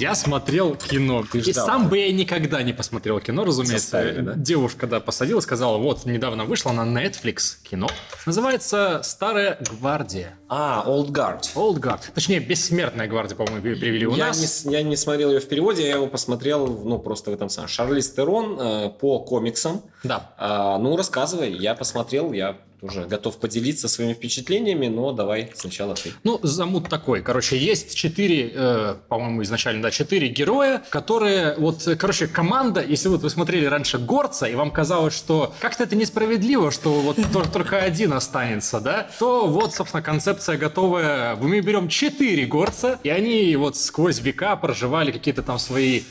Я смотрел кино. и
ждал.
сам бы я никогда не посмотрел кино, разумеется.
Заставили, да?
Девушка, да, посадила, сказала, вот, недавно вышло на Netflix кино. Называется «Старая гвардия».
А, Old Guard.
Old Guard. Точнее, «Бессмертная гвардия», по-моему, перевели у
я,
нас.
не, с- я не смотрел ее в переводе, я его посмотрел, ну, просто в этом самом. Шарлиз Терон э, по комиксам.
Да.
А, ну, рассказывай, я посмотрел, я тоже готов поделиться своими впечатлениями, но давай сначала ты.
Ну, замут такой. Короче, есть четыре, э, по-моему, изначально, да, четыре героя, которые, вот, э, короче, команда, если вот вы смотрели раньше Горца, и вам казалось, что как-то это несправедливо, что вот тор- только один останется, да, то вот, собственно, концепция готовая. Мы берем четыре Горца, и они вот сквозь века проживали какие-то там свои э,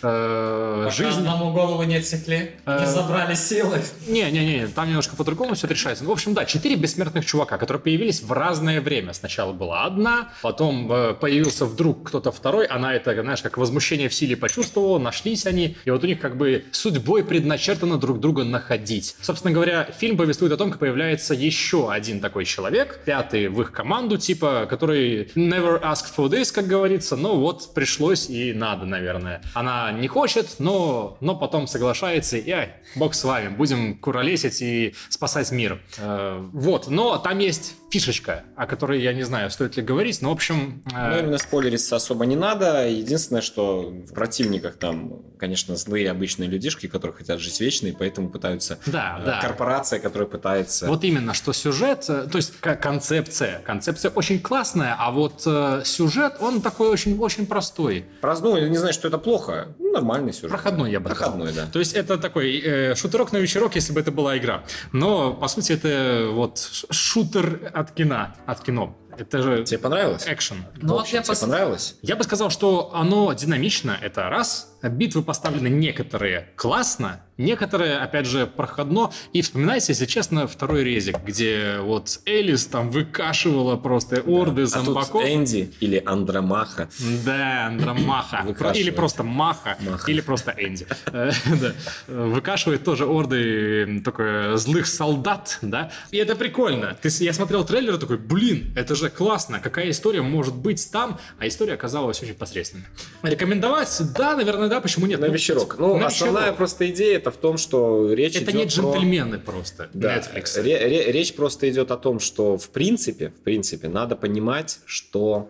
Пока
жизни.
одному голову не отсекли,
Э,
не забрали силы.
Не-не-не, там немножко по-другому все решается. Ну, в общем, да, четыре бессмертных чувака, которые появились в разное время. Сначала была одна, потом э, появился вдруг кто-то второй, она это, знаешь, как возмущение в силе почувствовала, нашлись они, и вот у них как бы судьбой предначертано друг друга находить. Собственно говоря, фильм повествует о том, как появляется еще один такой человек, пятый в их команду, типа, который never asked for this, как говорится, но вот пришлось и надо, наверное. Она не хочет, но, но потом соглашается, и ай, бог с вами, будем куролесить и спасать мир. Э, вот, но там есть фишечка, о которой я не знаю, стоит ли говорить, но, в общем... э,
Ну, именно спойлериться особо не надо. Единственное, что в противниках там, конечно, злые обычные людишки, которые хотят жить вечно, и поэтому пытаются...
да,
э,
А, да.
Корпорация, которая пытается...
Вот именно, что сюжет, э, то есть к- концепция, концепция очень классная, а вот э, сюжет, он такой очень-очень простой.
Раз- ну, я не знаю, что это плохо. Ну, нормальный сюжет.
Проходной, я бы сказал.
Проходной, да.
То есть это такой э, шутерок на вечерок, если бы это была игра. Но, по сути, это вот ш- шутер от кино. От кино. Это же
Тебе понравилось?
экшен.
Ну, вот я
Тебе
пос-
понравилось?
Я бы сказал, что оно динамично, это раз. битвы поставлены некоторые классно, некоторые, опять же, проходно. И вспоминайте, если честно, второй резик, где вот Элис там выкашивала просто орды
А тут
зомбаков.
Энди или Андромаха.
Да, Андромаха. Про- Или
Выкашивает.
просто Маха,
Маха.
или просто Энди. Э, да. Э, Выкашивает тоже орды э, такое злых солдат, да. И это прикольно. Ты, с- я смотрел трейлер и такой, блин, это же классно. Какая история может быть там? А история оказалась очень посредственной. Рекомендовать? Да, наверное, да. Почему нет?
На
Ну,
вечерок. Ну,
на
основная
вечерок.
просто идея это в том, что речь
Это
идет
не
про-
джентльмены просто.
Да, э,
Netflix.
ре- ре- речь просто идет о том, что в принципе, в принципе, надо понимать, что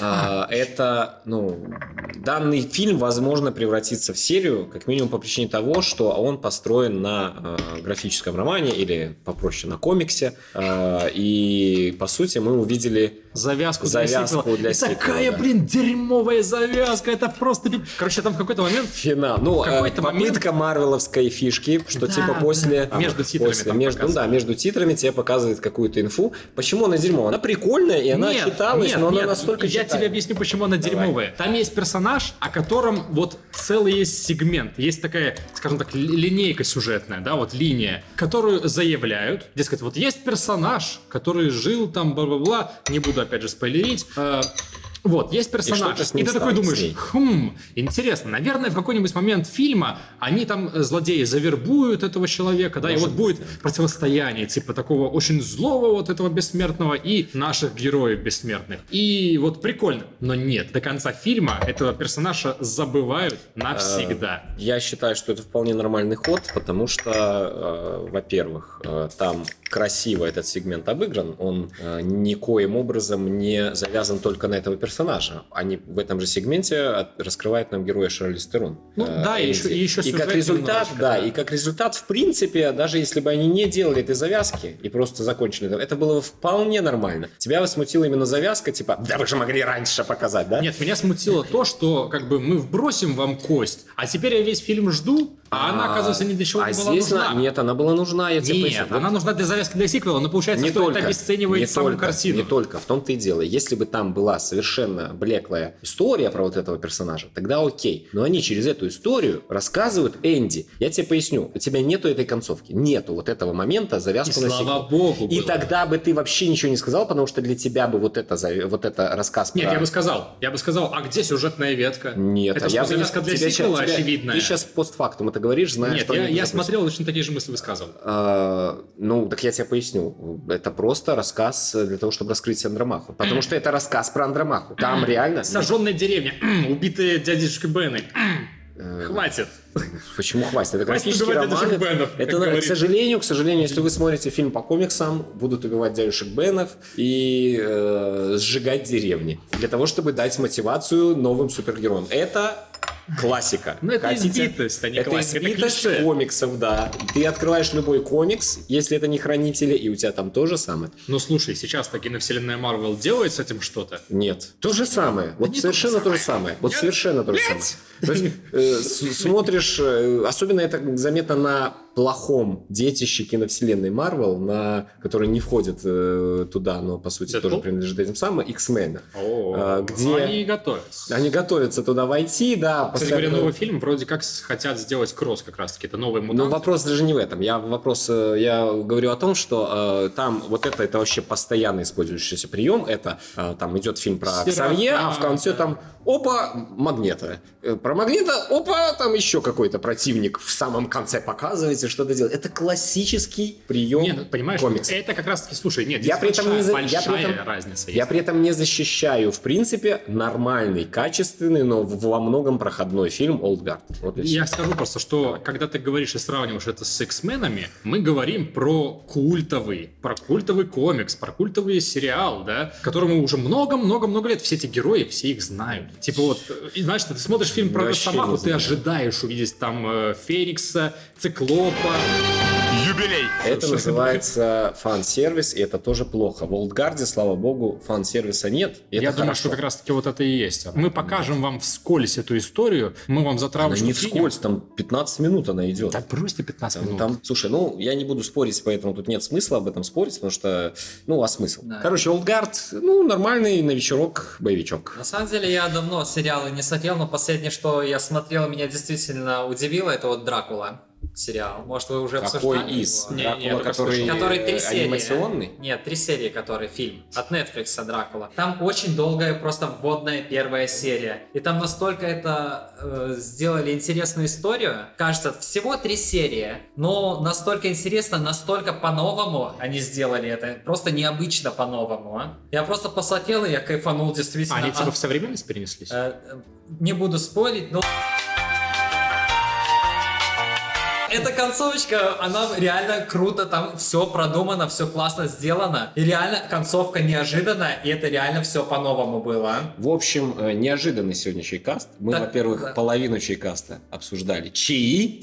а, это, ну, данный фильм, возможно, превратится в серию, как минимум по причине того, что он построен на э, графическом романе или попроще на комиксе, Э, и по сути мы увидели
Завязку,
Завязку для
И такая,
сиквела, да.
блин, дерьмовая завязка. Это просто... пип- Короче, там в какой-то момент
финал. Ну,
В
э,
какой-то
попытка марвеловской фишки, что
Да,
типа после...
да. А, Между титрами
после-
там
между, ну да,
показывают.
между титрами тебе показывает какую-то инфу. Почему она дерьмо? Она прикольная, и она
Нет,
читалась,
нет,
но она
нет,
настолько
Я тебе
читаемая.
объясню, почему она
Давай.
дерьмовая. Там есть персонаж, о котором вот целый есть сегмент. Есть такая, скажем так, ли- линейка сюжетная, да, вот линия, которую заявляют. Дескать, вот есть персонаж, который жил там, бла-бла-бла. Не буду, опять же, спойлерить. Э, вот, есть персонаж.
что-то с
И,
ним
ты такой
стало, с
думаешь,
ней.
хм, интересно, наверное, в какой-нибудь момент фильма они там, э, злодеи, завербуют этого человека, да, и вот будет противостояние, типа такого очень злого вот этого бессмертного и наших героев бессмертных. И вот прикольно, но нет, до конца фильма этого персонажа забывают навсегда.
Я считаю, что это вполне нормальный ход, потому что, э, во-первых, э, там красиво этот сегмент обыгран, он э, никоим образом не завязан только на этого персонажа. Они в этом же сегменте от- раскрывают нам героя Шарли Стерон.
Ну да, и еще- и еще
и как
сюжет
результат,
немножечко,
да,
да.
и как результат, в принципе, даже если бы они не делали этой завязки и просто закончили, это- это было бы вполне нормально. Тебя смутила именно завязка, типа, да вы же могли раньше показать, да?
Нет, меня смутило то, что как бы мы вбросим вам кость, а теперь я весь фильм жду, а, она, оказывается, ни для чего
а
не была
здесь
нужна.
она- типа Нет, она была нужна, я тебе
Нет,
поясню. Вот
она нужна для завязки для сиквела, но получается,
не
что
только,
это обесценивает
не
саму
только,
картину.
Не только, в том-то и дело. Если бы там была совершенно блеклая история про вот этого персонажа, тогда окей. Но они через эту историю рассказывают Энди. Я тебе поясню, у тебя нету этой концовки, нету вот этого момента
И
завязку на
слава
сиквел.
богу.
И
было.
тогда бы ты вообще ничего не сказал, потому что для тебя бы вот это, за- вот это рассказ
Нет,
про-
я бы сказал. Я бы сказал, а где сюжетная ветка?
Нет,
это
а
что,
я бы не
завязка
сказал.
для
Тебе щас-
сиквела
тебя-
очевидная?
Ты сейчас постфактум это говоришь, знаешь,
Нет,
что
я,
они
я
будут запустить.
смотрел, точно такие же мысли высказывал.
Э, ну, так я тебе поясню. Это просто рассказ э, для того, чтобы раскрыть Андромаху. Потому что это рассказ про Андромаху. Там реально...
Сожженная деревня, м, убитые дядюшки Бены.
Э,
Хватит.
Почему хватит? Это
Хватит
графический
убивать
роман.
дядюшек Бенов, как
Это, к
говорится.
сожалению, к сожалению, если вы смотрите фильм по комиксам, будут убивать дядюшек Бенов и э, сжигать деревни. Для того, чтобы дать мотивацию новым супергероям. Это классика.
Ну, это
Хотите?
избитость, а не
это
классика, это
избитость
клише.
комиксов, да. Ты открываешь любой комикс, если это не хранители, и у тебя там то же самое.
Ну слушай, сейчас таки на вселенная Марвел делает с этим что-то.
Нет. То же самое. Вот
не
совершенно то же самое. Вот совершенно то же самое. То есть, э, с- смотришь, э, особенно это заметно на плохом детище киновселенной Марвел, на который не входит э, туда, но по сути
Дэдпул?
тоже принадлежит этим самым X-Men.
О,
А, где-
ну, Они и готовятся.
Они готовятся туда войти, да.
Кстати
постоянно-
говоря, новый фильм вроде как с- хотят сделать кросс как раз-таки. Это новый мутант.
Но Ну, вопрос даже не в этом. Я вопрос, э, я говорю о том, что э, там вот это это вообще постоянно использующийся прием. Это э, там идет фильм про
Сирота,
Ксавье, а в конце
да.
там опа магнита, Э, про магнита, опа там еще какой-то противник в самом конце показывается что-то делает. Это классический прием
Нет, ну, понимаешь,
комикса.
это как раз-таки, слушай, нет,
Я
здесь
при этом
большая,
не за- я при
большая
этом-
разница
Я
есть.
при этом не защищаю, в принципе, нормальный, качественный, но в- во многом проходной фильм «Олдгард». Вот и всё.
Я скажу просто, что когда ты говоришь и сравниваешь это с X-менами, мы говорим про культовый, про культовый комикс, про культовый сериал, да, которому уже много-много-много лет все эти герои, все их знают. Типа вот, э, и знаешь, ты смотришь фильм про
Вообще не
Росомаху, ты
знаю.
ожидаешь увидеть там э, Феникса, Циклопа.
You
юбилей.
Это называется фан-сервис, и это тоже плохо. В Олдгарде, слава богу, фан-сервиса нет. и это
Я думаю,
хорошо.
что как раз таки вот это и есть. Мы покажем вам вскользь эту историю, мы вам
Она
затравочку
не
кинем.
вскользь, там 15 минут она идет.
Да просто 15
Там,
минут.
там- слушай, ну, я не буду спорить, поэтому тут нет смысла об этом спорить, потому что, ну, а смысл?
Да.
Короче, Олдгард, ну, нормальный на вечерок боевичок.
На самом деле я давно сериалы не смотрел, но последнее, что я смотрел, меня действительно удивило, это вот Дракула сериал. Может, вы уже
Какой
обсуждали
из?
его?
Не,
Дракула,
я только
который,
слышал.
Который три
э,
серии.
анимационный?
Нет, три серии, которые фильм от Netflix Дракула. Там очень долгая, просто вводная первая серия. И там настолько это э, сделали интересную историю. Кажется, всего три серии, но настолько интересно, настолько по-новому они сделали это. Просто необычно по-новому. а. Я просто посмотрел и я кайфанул
А,
действительно.
они типа
от-
в современность перенеслись?
Э, э, Не буду спорить, но... Эта концовочка, она реально круто, там все продумано, все классно сделано. И реально концовка неожиданная, и это реально все по-новому было.
В общем, э, неожиданный сегодня чайкаст. Мы,
Да,
во-первых,
да.
половину чайкаста обсуждали. Чаи.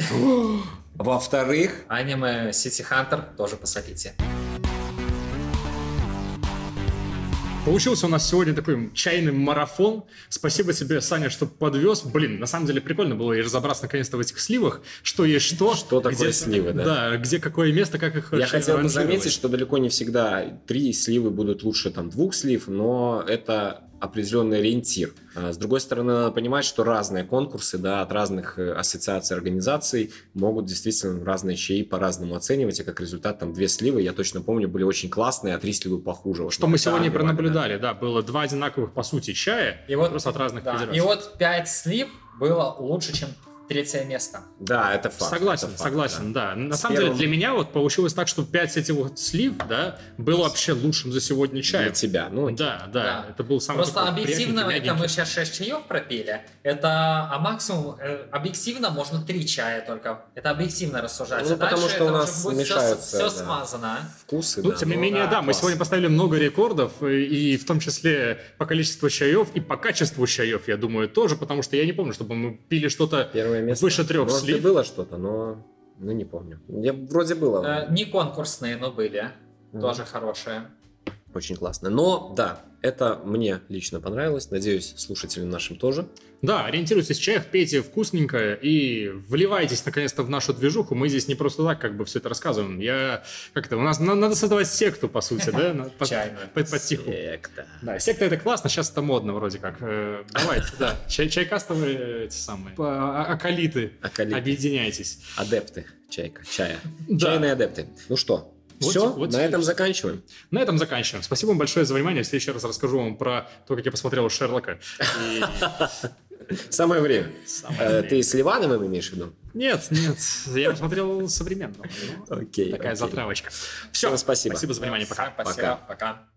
Во-вторых,
Аниме Сити Хантер тоже посмотрите.
Получился у нас сегодня такой чайный марафон. Спасибо тебе, Саня, что подвез. Блин, на самом деле прикольно было и разобраться наконец-то в этих сливах, что есть что.
Что такое сливы, да.
Да, где какое место, как их
я
вообще
хотел бы
ранжировать.
заметить, что далеко не всегда три сливы будут лучше там двух слив, но это определенный ориентир. А, С другой стороны, надо понимать, что разные конкурсы да, от разных э, ассоциаций, организаций могут действительно разные чаи по-разному оценивать, и как результат там две сливы, я точно помню, были очень классные, а три сливы похуже. Вот
Что мы
тогда
сегодня и
отбивали, да.
пронаблюдали, да. Было два одинаковых, по сути, чая,
И вот-
просто от разных
Да,
федераций.
И вот 5 слив было лучше, чем третье место.
Да, это факт.
согласен,
это факт, да.
согласен, да. На
С
самом
первым-
деле для меня вот получилось так, что пять этих вот слив, да, было вообще лучшим за сегодня
Для
чаем.
тебя. Ну,
Да, да,
Да.
это был самый
Просто
такой
объективно
приятненький,
это мы
мягенький.
сейчас 6 чаев пропили. Это а максимум э, объективно можно 3 чая только. Это объективно рассуждать.
Ну,
А дальше
потому что
это
у
уже
нас
будет
мешаются,
все,
да.
смазано.
вкусы,
Ну,
да,
тем не
ну,
менее,
а,
да, мы
класс.
сегодня поставили много рекордов, э, и, и в том числе по количеству чаев и по качеству чаев, я думаю, тоже, потому что я не помню, чтобы мы пили что-то
Первое место.
выше трех
Может, и
слив.
было что-то, но... Ну, не помню. Я вроде
Э,
было.
не конкурсные, но были.
Мгм.
Тоже хорошие.
Очень классно. Но, да, это мне лично понравилось. Надеюсь, слушателям нашим тоже.
Да, ориентируйтесь в чаях, пейте вкусненькое и вливайтесь наконец-то в нашу движуху. Мы здесь не просто так как бы все это рассказываем. Я как-то у нас на- надо создавать секту, по сути, да? на- по-
Чайную.
по- Потиху.
Секта.
Да, секта это классно, сейчас это модно вроде как. Э, Давайте, да. чай- Чайкастовые э, эти самые. по- а- Акалиты.
Акалиты.
Объединяйтесь.
Адепты. Чайка. Чая.
Да.
Чайные адепты. Ну что,
Вот
все,
те- вот
на
теперь
этом
всё.
заканчиваем.
На этом заканчиваем. Спасибо вам большое за внимание. В следующий раз расскажу вам про то, как я посмотрел Шерлока. И-
Самое время. Э,
Самое
Ты с Ливановым имеешь в виду?
Нет, нет, я посмотрел современно.
Окей.
Такая
окей.
затравочка. Все,
Всем спасибо.
Спасибо за внимание, пока.
Всем спасибо.
Пока.
Пока.